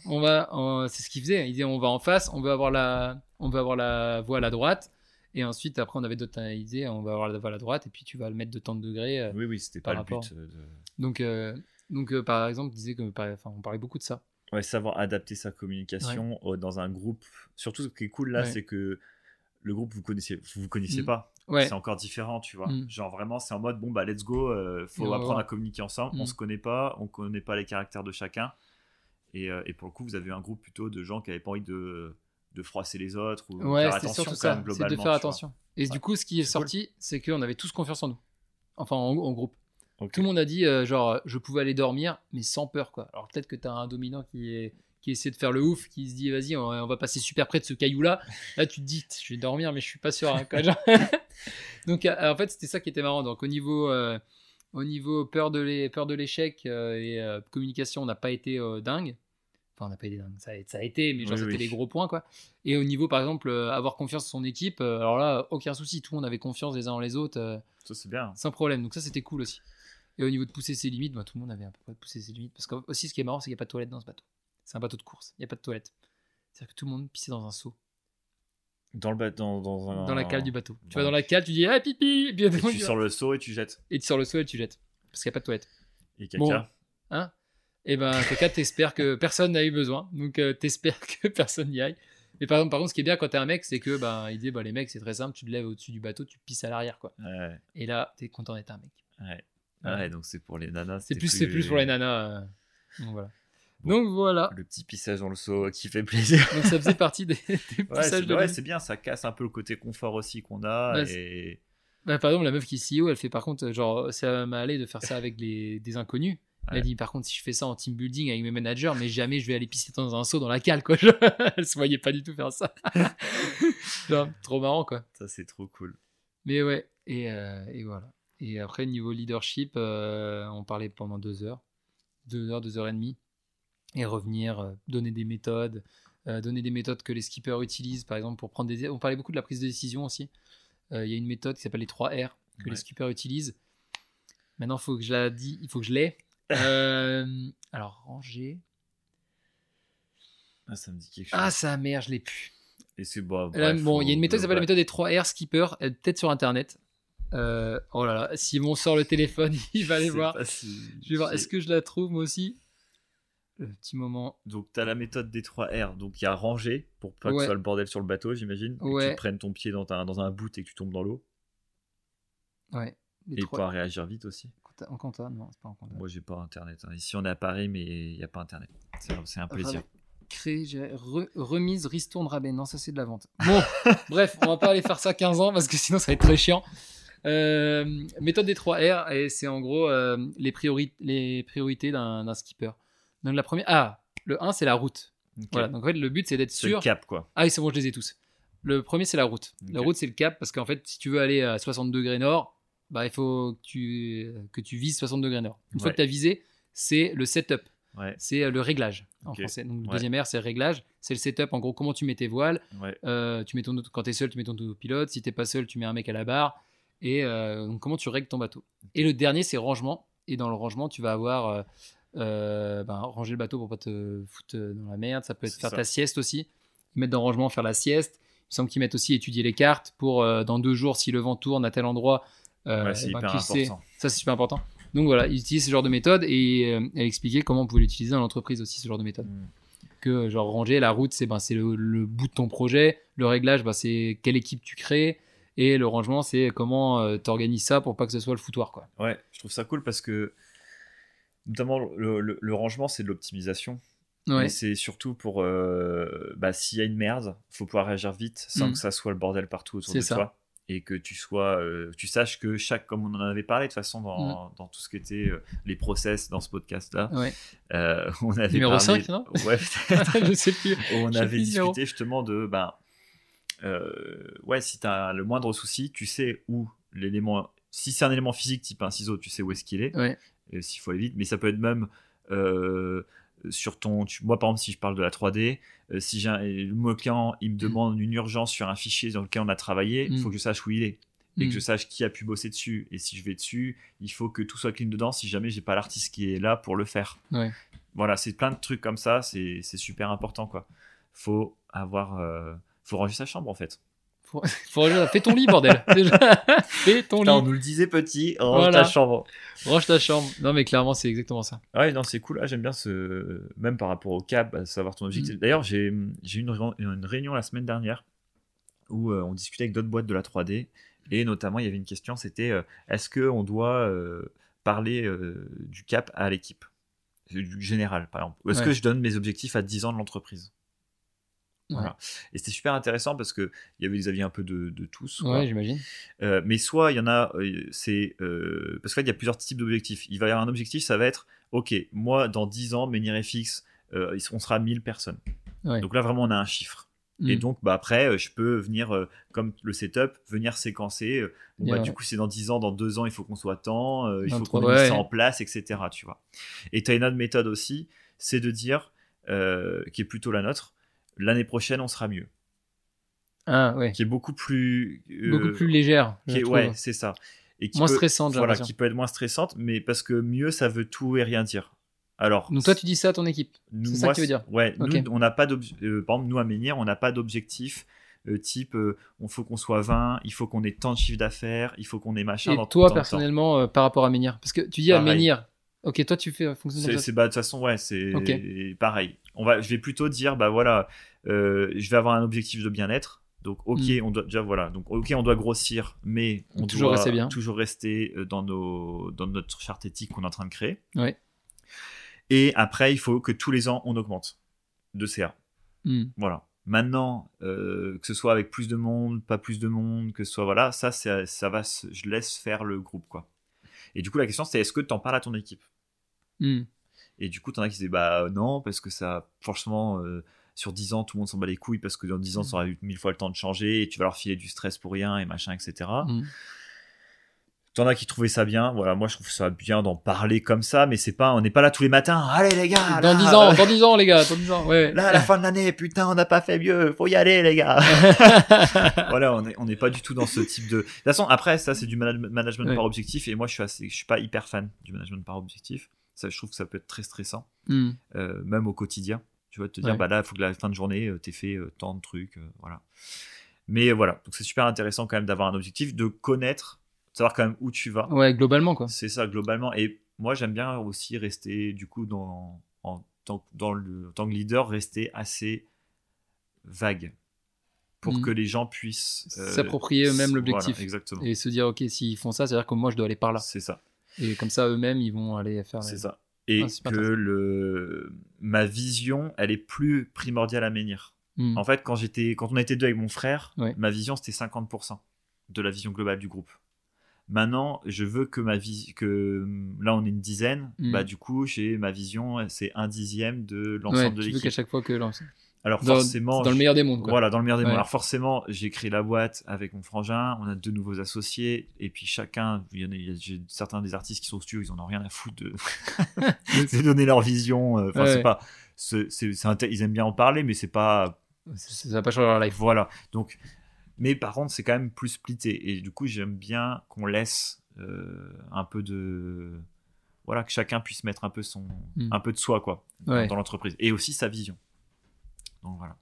A: on va, en- c'est ce qu'il faisait. Il disait, on va en face, on veut avoir la, on veut avoir la voile à droite. Et ensuite, après, on avait d'autres idées, on va avoir la voile à droite, et puis tu vas le mettre de tant de degrés. euh,
B: Oui oui, c'était pas
A: Par
B: le
A: rapport.
B: but. euh, de-
A: Donc, euh, donc euh, par exemple, il disait que, par- enfin, on parlait beaucoup de ça.
B: Ouais, savoir adapter sa communication au- dans un groupe. Surtout ce qui est cool là,
A: Ouais.
B: c'est que le groupe vous connaissiez, vous vous connaissiez
A: Mm.
B: pas.
A: Ouais,
B: C'est encore différent, tu vois.
A: Mm.
B: Genre vraiment, c'est en mode bon bah let's go, euh,
A: Et on
B: faut
A: va
B: apprendre
A: voir.
B: à communiquer ensemble.
A: Mm.
B: On se connaît pas, on connaît pas les caractères de chacun. Et, euh, et pour le coup, vous avez un groupe plutôt de gens qui avaient pas envie de, de froisser les autres ou de
A: Ouais,
B: faire
A: c'est
B: attention
A: surtout
B: quand
A: ça,
B: même
A: c'est de
B: globalement.
A: faire
B: tu vois.
A: attention. Et
B: Ouais.
A: du coup, ce qui est,
B: C'est
A: sorti, c'est qu'on avait tous confiance en nous. Enfin, en, en groupe.
B: Ok.
A: Tout le monde a dit, euh, genre, euh, je pouvais aller dormir, mais sans peur, quoi. Alors peut-être que t'as un dominant qui est qui essaie de faire le ouf, qui se dit, vas-y, on, on va passer super près de ce caillou-là. Là, tu te dis, je vais dormir, mais je suis pas sûr. hein, quoi. Genre- Donc, euh, en fait, c'était ça qui était marrant. Donc, au niveau, euh, au niveau peur de l'é- peur de l'échec euh, et euh, communication, on n'a pas été euh, dingue. Enfin, on n'a pas été dingue, ça a, ça a été, mais genre,
B: Oui,
A: c'était
B: oui.
A: les gros points, quoi. Et au niveau, par exemple, euh, avoir confiance en son équipe, euh, alors là, aucun souci, tout le monde avait confiance les uns en les autres, euh,
B: Ça c'est bien.
A: sans problème. Donc ça, c'était cool aussi. Et au niveau de pousser ses limites, bah, tout le monde avait à peu près poussé ses limites. Parce que aussi, ce qui est marrant, c'est qu'il n'y a pas de toilette dans ce bateau. C'est un bateau de course, il n'y a pas de toilette. C'est-à-dire que tout le monde pissait dans un seau,
B: Dans le ba- dans, dans, un-
A: dans la cale du bateau. Tu
B: dans
A: vas dans la cale, tu dis ah pipi, et puis,
B: Bah, Et
A: tout le monde
B: tu
A: dit,
B: sors le seau et tu jettes.
A: et tu sors le seau et tu jettes. Parce qu'il n'y a pas de toilette.
B: Et caca.
A: Bon. Hein Et ben, caca, t'espères que personne n'a eu besoin. Donc, euh, t'espères que personne n'y aille. Mais par, par contre, ce qui est bien quand t'es un mec, c'est que ben, il dit bah, les mecs, c'est très simple, tu te lèves au-dessus du bateau, tu pisses à l'arrière. quoi.
B: Ouais,
A: Et là, t'es content d'être un mec.
B: ouais.
A: Ouais.
B: Ouais, donc c'est pour les nanas.
A: C'est
B: c'était
A: plus, c'est plus pour les nanas. euh. Donc voilà.
B: Bon.
A: Donc voilà.
B: Le petit pissage dans le seau qui fait plaisir.
A: Donc ça faisait partie des, des
B: Ouais,
A: pissages
B: c'est
A: de
B: ouais,
A: l'homme.
B: c'est bien, ça casse un peu le côté confort aussi qu'on a.
A: Ouais,
B: et...
A: Bah, par exemple, la meuf qui est CEO, elle fait par contre, genre, euh, ça m'a allé de faire ça avec les, des inconnus. Elle
B: Ouais.
A: dit, par contre, si je fais ça en team building avec mes managers, mais jamais je vais aller pisser dans un seau dans la cale, quoi. Genre, elle se voyait pas du tout faire ça. Genre, trop marrant, quoi.
B: Ça, c'est trop cool.
A: Mais ouais, et, euh, et voilà. Et après, niveau leadership, euh, on parlait pendant deux heures. deux heures, deux heures et demie, et revenir, euh, donner des méthodes, euh, donner des méthodes que les skippers utilisent, par exemple, pour prendre des... On parlait beaucoup de la prise de décision aussi. Euh, Il y a une méthode qui s'appelle les 3 R que
B: Ouais.
A: les skippers utilisent. Maintenant, faut que je la dis, il faut que je l'ai. Euh, alors, ranger.
B: Ah, ça me dit quelque chose.
A: Ah, sa mère, je l'ai plus.
B: Et c'est bon.
A: Euh,
B: bref,
A: bon, il y a une
B: faut-
A: méthode qui s'appelle la
B: ouais.
A: méthode des 3 R skipper, elle est peut-être sur internet. Euh, oh là là, Simon sort le téléphone, il va aller
B: Je sais
A: voir.
B: pas si-
A: Je vais voir,
B: j'ai-
A: est-ce que je la trouve moi aussi Le petit moment.
B: Donc, tu as la méthode des 3 R. Donc, il y a ranger pour pas que
A: Ouais.
B: ce soit le bordel sur le bateau, j'imagine. et Que
A: Ouais.
B: tu prennes ton pied dans, ta- dans un bout et que tu tombes dans l'eau.
A: Ouais. Les
B: Et
A: trois-
B: pas réagir vite aussi.
A: Compta- En compta Non, c'est pas en compta.
B: Moi, j'ai pas internet. hein. Ici, on est à Paris, mais il n'y a pas internet. C'est c'est un plaisir.
A: Rab- Créer, gérer- re- remise, ristourne, rabais. Non, ça c'est de la vente. Bon, bref, on va pas aller faire ça 15 ans parce que sinon ça va être très chiant. Euh, méthode des 3 R, et c'est en gros euh, les, priori- les priorités d'un d'un skipper. Donc la première. Ah, le 1 c'est la route.
B: Ok.
A: Voilà, donc en fait le but c'est d'être
B: C'est le
A: sûr.
B: cap, quoi.
A: Ah, et c'est bon, je les ai tous. Le premier, c'est la route. La
B: Ok.
A: route, c'est le cap, parce qu'en fait, si tu veux aller à 60 degrés nord, bah, il faut que tu, que tu vises 60 degrés nord. Une fois
B: Ouais.
A: que tu as visé, c'est le setup,
B: Ouais,
A: c'est euh, le réglage en
B: Ok.
A: français. Donc, le
B: Ouais.
A: deuxième R, c'est le réglage, c'est le setup. En gros, comment tu mets tes voiles.
B: ouais.
A: Euh, tu mets ton, auto- quand tu es seul, tu mets ton autopilote. Si t'es pas seul, tu mets un mec à la barre. Et euh, donc, comment tu règles ton bateau. Et le dernier, c'est rangement. Et dans le rangement, tu vas avoir euh, euh, ben, ranger le bateau pour pas te foutre dans la merde. Ça peut être
B: C'est
A: faire
B: ça.
A: ta sieste aussi. Mettre dans le rangement, faire la sieste. Il me semble qu'ils mettent aussi étudier les cartes pour euh, dans deux jours, si le vent tourne à tel endroit. euh,
B: Ouais, c'est
A: ben,
B: hyper
A: tu sais.
B: important.
A: Ça, c'est super important. Donc voilà, ils utilisent ce genre de méthode et euh, elle expliquait comment on pouvait l'utiliser dans l'entreprise aussi, ce genre de méthode.
B: Mm.
A: Que euh, genre ranger la route, c'est ben, c'est le, le bout de ton projet, le réglage, ben, c'est quelle équipe tu crées et le rangement, c'est comment euh, t'organises ça pour pas que ce soit le foutoir. Quoi.
B: Ouais, je trouve ça cool parce que, notamment, le, le- le rangement, c'est de l'optimisation.
A: Ouais,
B: Mais c'est surtout pour, euh, bah, s'il y a une merde, faut pouvoir réagir vite sans
A: Mm.
B: que ça soit le bordel partout autour
A: C'est
B: de
A: ça.
B: toi. Et que tu sois, euh, tu saches que chaque, comme on en avait parlé de toute façon dans,
A: Mm.
B: dans tout ce qui était euh, les process dans ce podcast-là,
A: ouais.
B: euh, on avait
A: Numéro
B: parlé-
A: cinq, non
B: Ouais, peut-être.
A: je sais plus.
B: on
A: Je sais
B: avait
A: plus, zéro.
B: discuté justement de ben euh, ouais si t'as le moindre souci tu sais où l'élément si c'est un élément physique type un ciseau tu sais où est-ce qu'il est
A: Ouais.
B: et s'il faut aller vite mais ça peut être même euh, sur ton tu- moi par exemple si je parle de la 3D euh, si j'ai un- mon client il me demande une urgence sur un fichier dans lequel on a travaillé il
A: Mm.
B: faut que je sache où il est et
A: Mm.
B: que je sache qui a pu bosser dessus. Et si je vais dessus, il faut que tout soit clean dedans si jamais j'ai pas l'artiste qui est là pour le faire.
A: Ouais.
B: Voilà, c'est plein de trucs comme ça, c'est c'est super important quoi. Faut avoir. euh, faut ranger sa chambre en fait.
A: Hmm. Faut ranger- Fais ton lit, bordel. Déjà, Fais ton
B: Putain, on
A: lit.
B: nous le disait petit, range
A: Voilà.
B: ta chambre.
A: Range ta chambre. Non, mais clairement, c'est exactement ça.
B: Ouais, non, c'est cool. Ah, j'aime bien ce. Même par rapport au cap, à savoir ton
A: Mm.
B: objectif. D'ailleurs, j'ai j'ai eu une, réun- une réunion la semaine dernière où euh, on discutait avec d'autres boîtes de la 3D. Et notamment, il y avait une question c'était euh, est-ce qu'on doit euh, parler euh, du cap à l'équipe Du général, par exemple. Ou Est-ce
A: Ouais.
B: que je donne mes objectifs à 10 ans de l'entreprise
A: Ouais.
B: Voilà. Et c'était super intéressant parce qu'il y avait des avis un peu de, de tous. quoi.
A: Ouais, j'imagine.
B: Euh, mais soit il y en a, euh, c'est. euh, parce qu'en fait, il y a plusieurs types d'objectifs. Il va y avoir un objectif, ça va être OK, moi, dans 10 ans, Ménirefix, euh, ils- on sera 1000 personnes.
A: Ouais.
B: Donc là, vraiment, on a un chiffre. Et
A: Mm.
B: donc, bah, après, euh, je peux venir, euh, comme le setup, venir séquencer. euh, bon, bah,
A: Yeah.
B: Du coup, c'est dans 10 ans, dans 2 ans, il faut qu'on soit tant, euh, il
A: Dans
B: faut
A: trois-
B: qu'on ait mis
A: ouais.
B: ça en place, etc. Tu vois. Et tu as une autre méthode aussi, c'est de dire, euh, qui est plutôt la nôtre, l'année prochaine, on sera mieux.
A: Ah, ouais.
B: Qui est beaucoup plus. euh,
A: Beaucoup plus légère. je
B: qui est-
A: trouve.
B: ouais, c'est ça. Et qui
A: Moins
B: peut-
A: stressante, j'ai
B: voilà,
A: l'impression.
B: qui peut être moins stressante, mais parce que mieux, ça veut tout et rien dire. Alors,
A: Donc, toi, tu dis ça à ton équipe.
B: nous,
A: c'est ça
B: moi,
A: que tu veux dire
B: Ouais,
A: Ok.
B: nous, on n'a pas d'objectif. par exemple, nous, à Menhir, on n'a pas d'objectif euh, type euh, on faut qu'on soit 20, il faut qu'on ait tant de chiffre d'affaires, il faut qu'on ait machin.
A: Et
B: dans-
A: toi,
B: dans le temps.
A: personnellement, euh, par rapport à Menhir Parce que tu dis à
B: Pareil.
A: Menhir. Ok, toi, tu fais euh, fonctionner
B: C'est
A: comme ça.
B: c'est- bah, de toute façon ouais c'est
A: Ok.
B: pareil. On va je vais plutôt dire bah voilà euh, je vais avoir un objectif de bien-être. Donc ok
A: Mm.
B: on doit déjà voilà donc ok on doit grossir mais on
A: Toujours
B: doit
A: rester bien.
B: toujours rester euh, dans nos dans notre charte éthique qu'on est en train de créer.
A: Ouais.
B: Et après il faut que tous les ans on augmente de CA.
A: Hmm.
B: Voilà. Maintenant, euh, que ce soit avec plus de monde, pas plus de monde, que ce soit voilà, ça, ça, ça va, se- je laisse faire le groupe quoi. Et du coup, la question c'est est-ce que t'en parles à ton équipe
A: Hmm.
B: Et du coup, t'en as qui disaient bah euh, non parce que ça, franchement, euh, sur 10 ans, tout le monde s'en bat les couilles parce que dans
A: Mm.
B: 10 ans,
A: Mm.
B: ça aura eu mille fois le temps de changer et tu vas leur filer du stress pour rien et machin, etc.
A: Hmm.
B: T'en as qui trouvaient ça bien. Voilà, moi je trouve ça bien d'en parler comme ça, mais c'est pas, on n'est pas là tous les matins. Allez les gars.
A: Dans
B: Ah là, euh,
A: 10 ans, dans 10 ans, les gars, dans 10 ans. Ouais. ouais.
B: Là, à la fin de l'année, putain, on n'a pas fait mieux. Faut y aller, les gars. voilà, on n'est on n'est pas du tout dans ce type de. De toute façon, après, ça, c'est du manag- management
A: Ouais.
B: par objectif. Et moi, je suis, assez, je suis pas hyper fan du management par objectif. Ça, je trouve que ça peut être très stressant,
A: Hmm.
B: euh, même au quotidien. Tu vois, te dire,
A: Ouais.
B: bah là, il faut que la fin de journée, euh, t'aies fait euh, tant de trucs. euh, voilà. Mais euh, voilà, donc c'est super intéressant quand même d'avoir un objectif, de connaître, de savoir quand même où tu vas.
A: Ouais, globalement, quoi.
B: C'est ça, globalement. Et moi, j'aime bien aussi rester, du coup, dans, en, tant, que- dans le, en tant que leader, rester assez vague pour
A: Mhm.
B: que les gens puissent euh,
A: S'approprier eux-mêmes
B: s-
A: l'objectif.
B: voilà, exactement.
A: Et se dire, ok, s'ils font ça, c'est-à-dire que moi, je dois aller par là.
B: C'est ça,
A: Et comme ça, eux-mêmes, ils vont aller faire.
B: c'est ça. Et
A: Ah, c'est pas
B: que
A: intéressant.
B: le, ma vision, elle est plus primordiale à menir.
A: Hmm.
B: En fait, quand, j'étais, quand on était deux avec mon frère,
A: Ouais.
B: ma vision, c'était 50% de la vision globale du groupe. Maintenant, je veux que ma vision... que là on est une dizaine,
A: Mm.
B: bah du coup j'ai ma vision, c'est un dixième de
A: Ouais,
B: l'ensemble de
A: tu veux qu'à
B: l'équipe.
A: chaque fois que. l'ensemble-
B: Alors
A: Dans,
B: forcément,
A: dans le
B: je-
A: meilleur des mondes, quoi.
B: voilà, dans le meilleur des mondes.
A: Ouais.
B: Alors forcément, j'ai créé la boîte avec mon frangin, on a deux nouveaux associés, et puis chacun, il y en a, il y a- j'ai certains des artistes qui sont au studio, ils en ont rien à foutre de, de donner leur vision. euh, Enfin,
A: Ouais.
B: c'est pas, c'est, c'est- c'est inté- ils aiment bien en parler, mais c'est pas
A: Ça va pas changer leur life.
B: voilà. Donc, mais par contre, c'est quand même plus splitté. Et du coup, j'aime bien qu'on laisse euh, un peu de. Voilà, que chacun puisse mettre un peu, son,
A: Mm.
B: un peu de soi, quoi, dans-
A: Ouais.
B: dans l'entreprise. Et aussi sa vision. Donc voilà.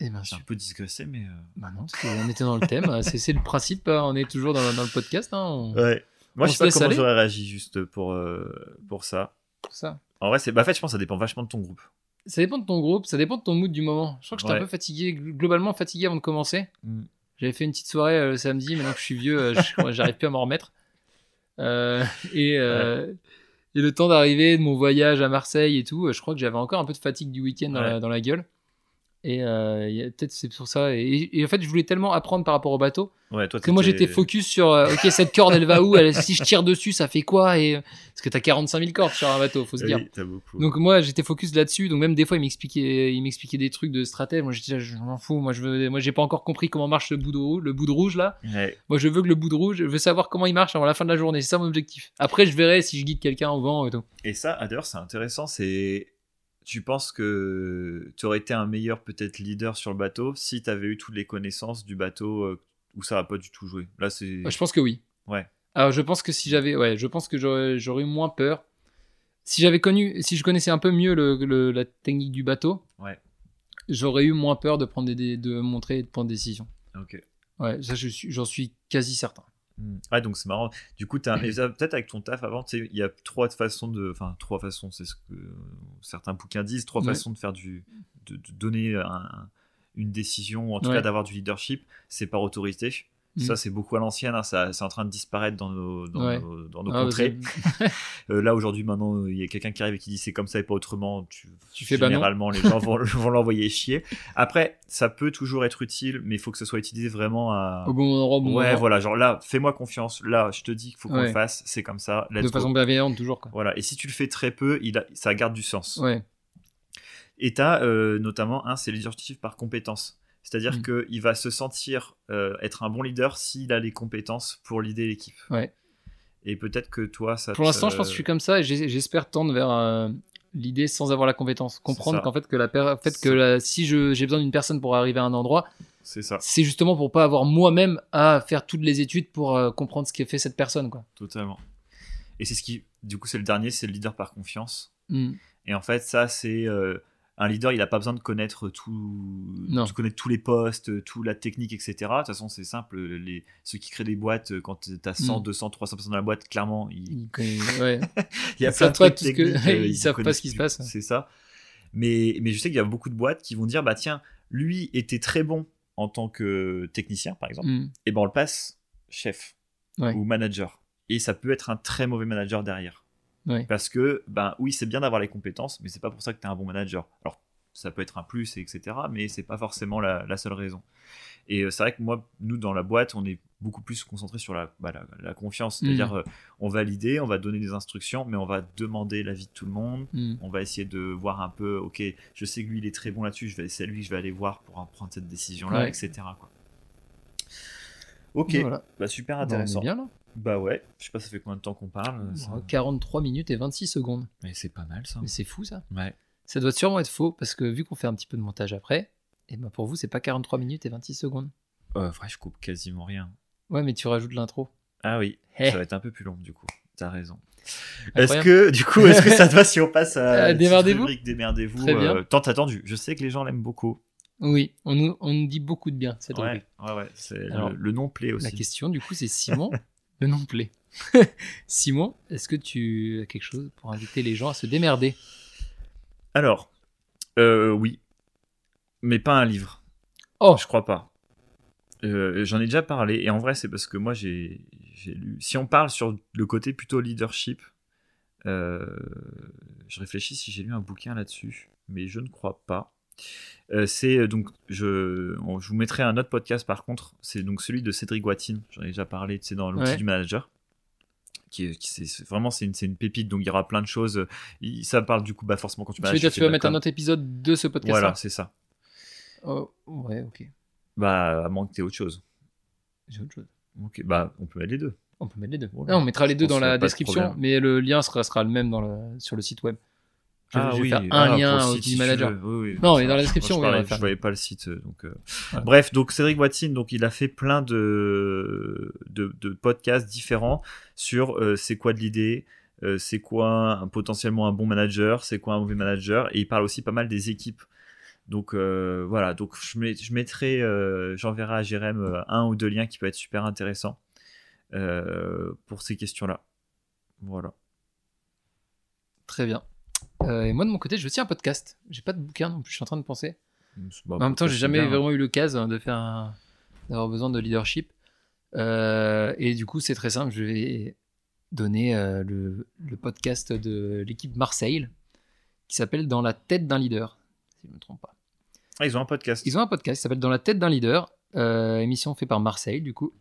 A: Et bien
B: J'ai
A: sûr.
B: un peu digressé, mais. euh,
A: Bah non, parce que on était dans le thème. C'est c'est le principe. hein, On est toujours dans, dans le podcast. Hein, on-
B: Ouais.
A: On
B: Moi, je sais
A: se
B: pas
A: laisse
B: comment
A: aller
B: j'aurais réagi juste pour, euh, pour ça.
A: tout ça.
B: En vrai, c'est. Bah, en fait, je pense que ça dépend vachement de ton groupe.
A: Ça dépend de ton groupe. Ça dépend de ton mood du moment. Je crois que j'étais
B: Ouais.
A: un peu fatigué, gl- globalement fatigué avant de commencer.
B: Mm.
A: J'avais fait une petite soirée euh, le samedi. Maintenant que je suis vieux, euh, je- j'arrive plus à m'en remettre. Euh, et, euh, et le temps d'arriver de mon voyage à Marseille et tout, euh, je crois que j'avais encore un peu de fatigue du week-end dans, la,
B: Ouais.
A: dans la gueule. Et euh, il y a- peut-être c'est pour ça. Et- et en fait, je voulais tellement apprendre par rapport au bateau
B: Ouais, toi,
A: Parce que moi
B: t'étais-
A: j'étais focus sur euh, ok cette corde elle va où elle- si je tire dessus ça fait quoi et euh, parce que t'as 45 000 cordes sur un bateau faut se
B: Ah
A: dire
B: oui, t'as beaucoup.
A: donc moi j'étais focus là-dessus donc même des fois il m'expliquait il m'expliquait des trucs de stratège moi j'étais là, je m'en fous moi je veux moi j'ai pas encore compris comment marche le bout de rouge le bout de rouge là
B: Ouais.
A: moi je veux que le bout de rouge je veux savoir comment il marche avant la fin de la journée c'est ça mon objectif après je verrai si je guide quelqu'un au vent et tout
B: Et ça, ah, d'ailleurs, c'est intéressant. C'est, tu penses que tu aurais été un meilleur peut-être leader sur le bateau si tu avais eu toutes les connaissances du bateau euh, où ça a pas du tout joué. Là, c'est.
A: je pense que oui
B: Ouais.
A: alors je pense que si j'avais ouais je pense que j'aurais j'aurais eu moins peur si j'avais connu si je connaissais un peu mieux le- le- la technique du bateau
B: Ouais.
A: j'aurais eu moins peur de prendre des, des- de montrer et de prendre des décisions.
B: Ok.
A: Ouais, ça je suis- j'en suis quasi certain.
B: Mm. Ouais, donc c'est marrant. Du coup, t'as, mais ça, peut-être avec ton taf avant, tu sais, il y a trois façons de, enfin trois façons, c'est ce que euh, certains bouquins disent, trois
A: Ouais.
B: façons de faire du, de, de donner un- une décision, ou en tout
A: Ouais.
B: cas d'avoir du leadership, c'est par autorité.
A: Mm.
B: Ça, c'est beaucoup à l'ancienne, hein, ça, c'est en train de disparaître dans nos, dans
A: Ouais.
B: nos- dans nos
A: Ah,
B: contrées.
A: bah, c'est-
B: Euh, là aujourd'hui maintenant il y a quelqu'un qui arrive et qui dit c'est comme ça et pas autrement tu,
A: Tu fais bah non.
B: généralement les gens vont, vont l'envoyer chier après ça peut toujours être utile mais il faut que ce soit utilisé vraiment à
A: au bon endroit, au bon
B: ouais
A: moment.
B: voilà genre là fais-moi confiance là je te dis qu'il faut qu'on
A: Ouais.
B: le fasse c'est comme ça let's
A: de
B: go.
A: façon bienveillante toujours quoi.
B: voilà et si tu le fais très peu il a- ça garde du sens
A: Ouais.
B: et t'as euh, notamment un c'est leadership par compétence c'est-à-dire
A: Mm.
B: que il va se sentir euh, être un bon leader s'il a les compétences pour l'idée l'équipe
A: Ouais.
B: et peut-être que toi ça
A: Pour
B: te-
A: l'instant, je pense que je suis comme ça et j'ai- j'espère tendre vers euh, l'idée sans avoir la compétence, comprendre
B: ça.
A: qu'en fait que la per- en fait que
B: Ça.
A: la- si je j'ai besoin d'une personne pour arriver à un endroit,
B: c'est ça
A: c'est justement pour pas avoir moi-même à faire toutes les études pour euh, comprendre ce qu'a fait cette personne quoi.
B: Totalement. Et c'est ce qui, du coup, c'est le dernier, c'est le leader par confiance.
A: Mm.
B: Et en fait, ça, c'est euh, un leader, il n'a pas besoin de connaître tout,
A: Non.
B: de connaître tous les postes, toute la technique, etc. De toute façon, c'est simple. Les, ceux qui créent des boîtes, euh, quand tu as 100,
A: Mm.
B: 200, 300 personnes dans la boîte, clairement, ils,
A: Il connaît- ouais.
B: il y a
A: Ils
B: plein de
A: savent pas
B: trucs
A: tout ce que-
B: techniques, euh,
A: ils savent pas
B: connaissent
A: ce qui se
B: plus.
A: passe.
B: C'est ça. Mais, mais je sais qu'il y a beaucoup de boîtes qui vont dire, bah tiens, lui était très bon en tant que technicien, par exemple
A: Mm.
B: et ben on le passe chef
A: Ouais.
B: ou manager. Et ça peut être un très mauvais manager derrière.
A: Ouais.
B: Parce que, ben oui, c'est bien d'avoir les compétences, mais c'est pas pour ça que tu es un bon manager. Alors, ça peut être un plus, etc., mais c'est pas forcément la, la seule raison. Et euh, c'est vrai que moi, nous, dans la boîte, on est beaucoup plus concentré sur la, bah, la, la confiance.
A: Mhm.
B: C'est-à-dire, euh, on va l'idée, on va donner des instructions, mais on va demander l'avis de tout le monde.
A: Mm.
B: On va essayer de voir un peu, ok, je sais que lui il est très bon là-dessus, je vais- c'est lui que je vais aller voir pour en prendre cette décision-là,
A: Ouais.
B: etc. quoi. Ok,
A: Et voilà.
B: bah super
A: Bah, on est
B: intéressant.
A: bien là.
B: Bah ouais, je sais pas ça fait combien de temps qu'on parle. ça-
A: Ouais, 43 minutes et 26 secondes.
B: Mais c'est pas mal ça.
A: Mais c'est fou ça.
B: Ouais.
A: Ça doit sûrement être faux parce que vu qu'on fait un petit peu de montage après, et ben pour vous c'est pas 43 minutes et 26 secondes.
B: Euh, vrai, je coupe quasiment rien.
A: Ouais, mais tu rajoutes l'intro.
B: Ah oui,
A: Eh.
B: ça va être un peu plus long du coup. T'as raison. Est-ce
A: Incroyable.
B: que du coup, est-ce que ça te va si on passe à
A: Euh,
B: la petite
A: démerdez-vous.
B: rubrique Démerdez-vous.
A: Très bien.
B: euh, tant attendu. Je sais que les gens l'aiment beaucoup.
A: Oui, on nous, on nous dit beaucoup de bien cette rubrique.
B: Ouais, ouais, ouais, c'est le-
A: Alors,
B: le, nom plaît aussi.
A: La question du coup c'est Simon, le nom plaît. Simon, est-ce que tu as quelque chose pour inviter les gens à se démerder
B: Bah, Alors, euh, oui, mais pas un livre.
A: Oh.
B: je crois pas. Euh, J'en ai déjà parlé et en vrai, c'est parce que moi j'ai j'ai lu. Si on parle sur le côté plutôt leadership, euh, je réfléchis si j'ai lu un bouquin là-dessus, mais je ne crois pas. Euh, c'est euh, donc je, on- je vous mettrai un autre podcast par contre. C'est donc celui de Cédric Watine. J'en ai déjà parlé. C'est dans l'outil
A: Ouais.
B: du manager. Qui, est- qui c'est- c'est vraiment c'est une, c'est une pépite. Donc il y aura plein de choses. Il- ça parle du coup bah forcément quand tu
A: Tu veux
B: manages,
A: dire
B: fais
A: tu
B: de
A: vas
B: la
A: mettre un
B: com.
A: autre épisode de ce podcast
B: Voilà, c'est ça.
A: Ouais, ok.
B: Bah à moins que t'aies autre chose.
A: J'ai autre chose.
B: Ok, bah on peut mettre les deux.
A: On peut mettre les deux.
B: Voilà.
A: Non, on mettra les
B: Je
A: deux
B: pense
A: dans
B: qu'il y a
A: la
B: pas de
A: description,
B: problème.
A: mais le lien sera, sera le même dans le, sur le site web. Je, je vais faire un
B: ah,
A: lien
B: pour le
A: au
B: site,
A: Team
B: si tu
A: Manager.
B: veux. Oui, oui,
A: Non,
B: ça
A: mais dans la
B: marche.
A: description,
B: Moi,
A: oui, on va
B: je, parlais-
A: faire.
B: je voyais pas le site. euh, Donc, euh.
A: Voilà.
B: Bref, donc Cédric Watine, donc, il a fait plein de, de, de podcasts différents sur euh, c'est quoi de l'idée, euh, c'est quoi un- potentiellement un bon manager, c'est quoi un mauvais manager, et il parle aussi pas mal des équipes. Donc euh, voilà, donc je, mets- je mettrai, euh, j'enverrai à Jérém euh, un ou deux liens qui peuvent être super intéressants euh, pour ces questions-là. Voilà.
A: Très bien. Euh, et moi, de mon côté, je tiens un podcast. J'ai pas de bouquin non plus, je suis en train de penser.
B: Bah,
A: en même temps,
B: podcast,
A: j'ai
B: c'est
A: jamais
B: bien, hein.
A: vraiment eu l'occasion de faire un- d'avoir besoin de leadership. Euh, et du coup, c'est très simple. Je vais donner euh, le, le podcast de l'équipe Marseille qui s'appelle Dans la tête d'un leader, si je ne me trompe pas.
B: Ah, ils ont un podcast.
A: Ils ont un podcast qui s'appelle Dans la tête d'un leader, euh, émission faite par Marseille, du coup.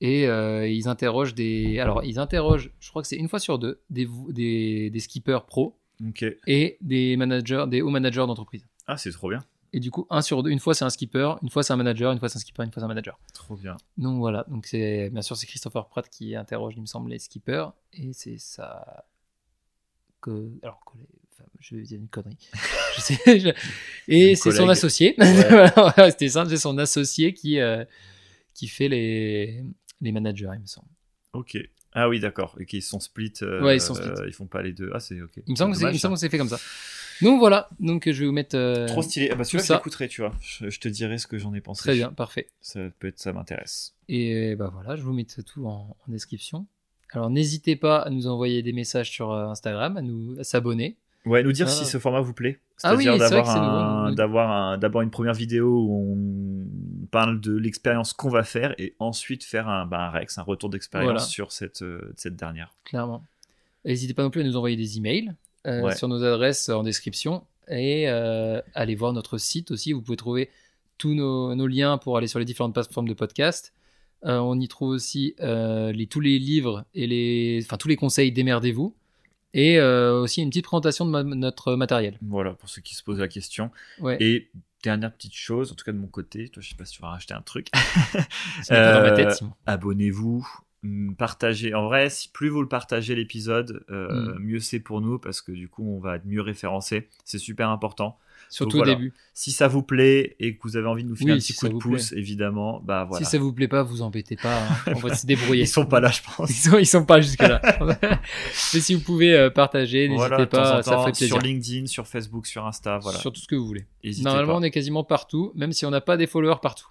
A: Et euh, ils interrogent des. Alors, ils interrogent, je crois que c'est une fois sur deux, des, vo- des, des skippers pro
B: Ok.
A: et des managers, des hauts managers d'entreprise.
B: Ah, c'est trop bien.
A: Et du coup, un sur deux, une fois c'est un skipper, une fois c'est un manager, une fois c'est un skipper, une fois c'est un manager.
B: Trop bien.
A: Donc voilà, donc c'est bien sûr c'est Christopher Pratt qui interroge, il me semble, les skippers et c'est ça que alors que les- enfin, je vais dire une connerie. Je sais, je- Et
B: Une
A: c'est son
B: collègue.
A: associé.
B: Ouais.
A: Voilà, C'était simple, c'est son associé qui euh, qui fait les les managers, il me semble.
B: Ok. Ah oui, d'accord. Et qu'ils sont split. euh,
A: Ouais, ils sont split.
B: ils font pas les deux. Ah, c'est ok.
A: Il me semble que c'est- il
B: Dommage,
A: me semble que
B: ça.
A: c'est fait comme ça. Donc voilà, donc je vais vous mettre euh,
B: Trop stylé. Ah, bah, tu
A: tout
B: vois, je
A: ça.
B: l'écouterai, tu vois. Je, je te dirai ce que j'en ai pensé.
A: très bien, parfait.
B: Ça peut être, ça m'intéresse.
A: Et bah voilà, je vous mets tout en, en description. Alors n'hésitez pas à nous envoyer des messages sur euh, Instagram, à nous à s'abonner.
B: Ouais, nous dire
A: Ah.
B: si ce format vous plaît.
A: Ah oui,
B: C'est-à-dire
A: c'est vrai que
B: d'avoir
A: c'est nouveau,
B: un-
A: nous-
B: d'avoir un- d'abord une première vidéo où on parle de l'expérience qu'on va faire et ensuite faire un, bah, un Rex, un retour d'expérience
A: Voilà.
B: sur cette, euh, cette dernière.
A: clairement. N'hésitez pas non plus à nous envoyer des emails euh,
B: Ouais.
A: sur nos adresses en description et euh, allez voir notre site aussi. Vous pouvez trouver tous nos, nos liens pour aller sur les différentes plateformes de podcast. Euh, on y trouve aussi euh, les, tous les livres et les, enfin tous les conseils démerdez-vous et euh, aussi une petite présentation de ma- notre matériel.
B: Voilà, pour ceux qui se posent la question.
A: Ouais.
B: Et dernière petite chose, en tout cas de mon côté, toi, je sais pas si tu vas racheter un truc.
A: Ça n'est pas dans ma tête,
B: euh,
A: Simon.
B: abonnez-vous, mm, partagez. En vrai, si plus vous le partagez l'épisode,
A: Mm.
B: euh, mieux c'est pour nous parce que du coup, on va être mieux référencé. C'est super important.
A: Surtout
B: voilà.
A: au début.
B: Si ça vous plaît et que vous avez envie de nous filer
A: Oui,
B: un petit
A: si
B: coup
A: ça
B: de
A: vous
B: pouce, évidemment, bah voilà.
A: Si ça vous plaît pas, vous embêtez pas. hein. On va se débrouiller.
B: Ils sont pas là, je pense.
A: Ils sont, ils sont pas jusque là. Mais si vous pouvez euh, partager, n'hésitez
B: Voilà, de temps
A: pas,
B: en
A: ça
B: temps,
A: ferait
B: sur
A: plaisir.
B: LinkedIn, sur Facebook, sur Insta, voilà.
A: Sur tout ce que vous voulez.
B: N'hésitez
A: Normalement,
B: pas.
A: on est quasiment partout, même si on n'a pas des followers partout.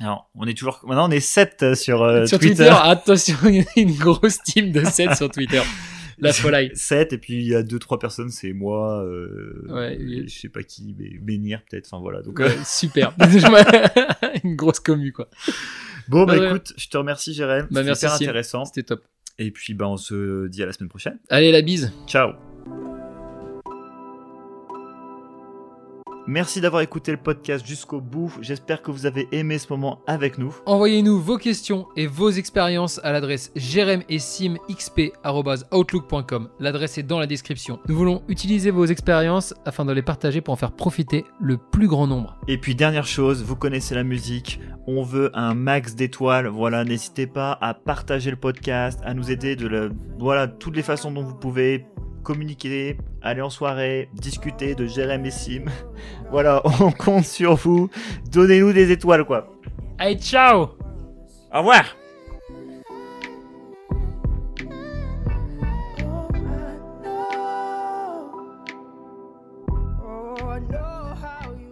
B: Alors, on est toujours. Maintenant, on est 7 sur, euh,
A: sur Twitter, attention, il y a une grosse team de 7 sur Twitter. La folie.
B: 7 et puis il y a 2-3 personnes, c'est moi, euh,
A: Ouais,
B: euh,
A: et-
B: je sais pas qui, mais Bénir peut-être, enfin voilà. Donc, euh,
A: Ouais, super. une grosse commu, quoi.
B: bon, bah
A: Ouais, ouais.
B: écoute, je te remercie Jérém,
A: Bah,
B: c'était
A: merci,
B: super
A: Sim.
B: intéressant.
A: C'était top.
B: Et puis bah, on se dit à la semaine prochaine.
A: Allez, la bise.
B: Ciao Merci d'avoir écouté le podcast jusqu'au bout. J'espère que vous avez aimé ce moment avec nous.
A: Envoyez-nous vos questions et vos expériences à l'adresse jeremessimxp.outlook.com. L'adresse est dans la description. Nous voulons utiliser vos expériences afin de les partager pour en faire profiter le plus grand nombre.
B: Et puis dernière chose, vous connaissez la musique, on veut un max d'étoiles. Voilà, n'hésitez pas à partager le podcast, à nous aider de le, voilà toutes les façons dont vous pouvez communiquer, aller en soirée, discuter de Jérém et Sim. Voilà, on compte sur vous. Donnez-nous des étoiles quoi.
A: Allez, ciao
B: Au revoir.
C: Oh, I know. Oh, I know how you.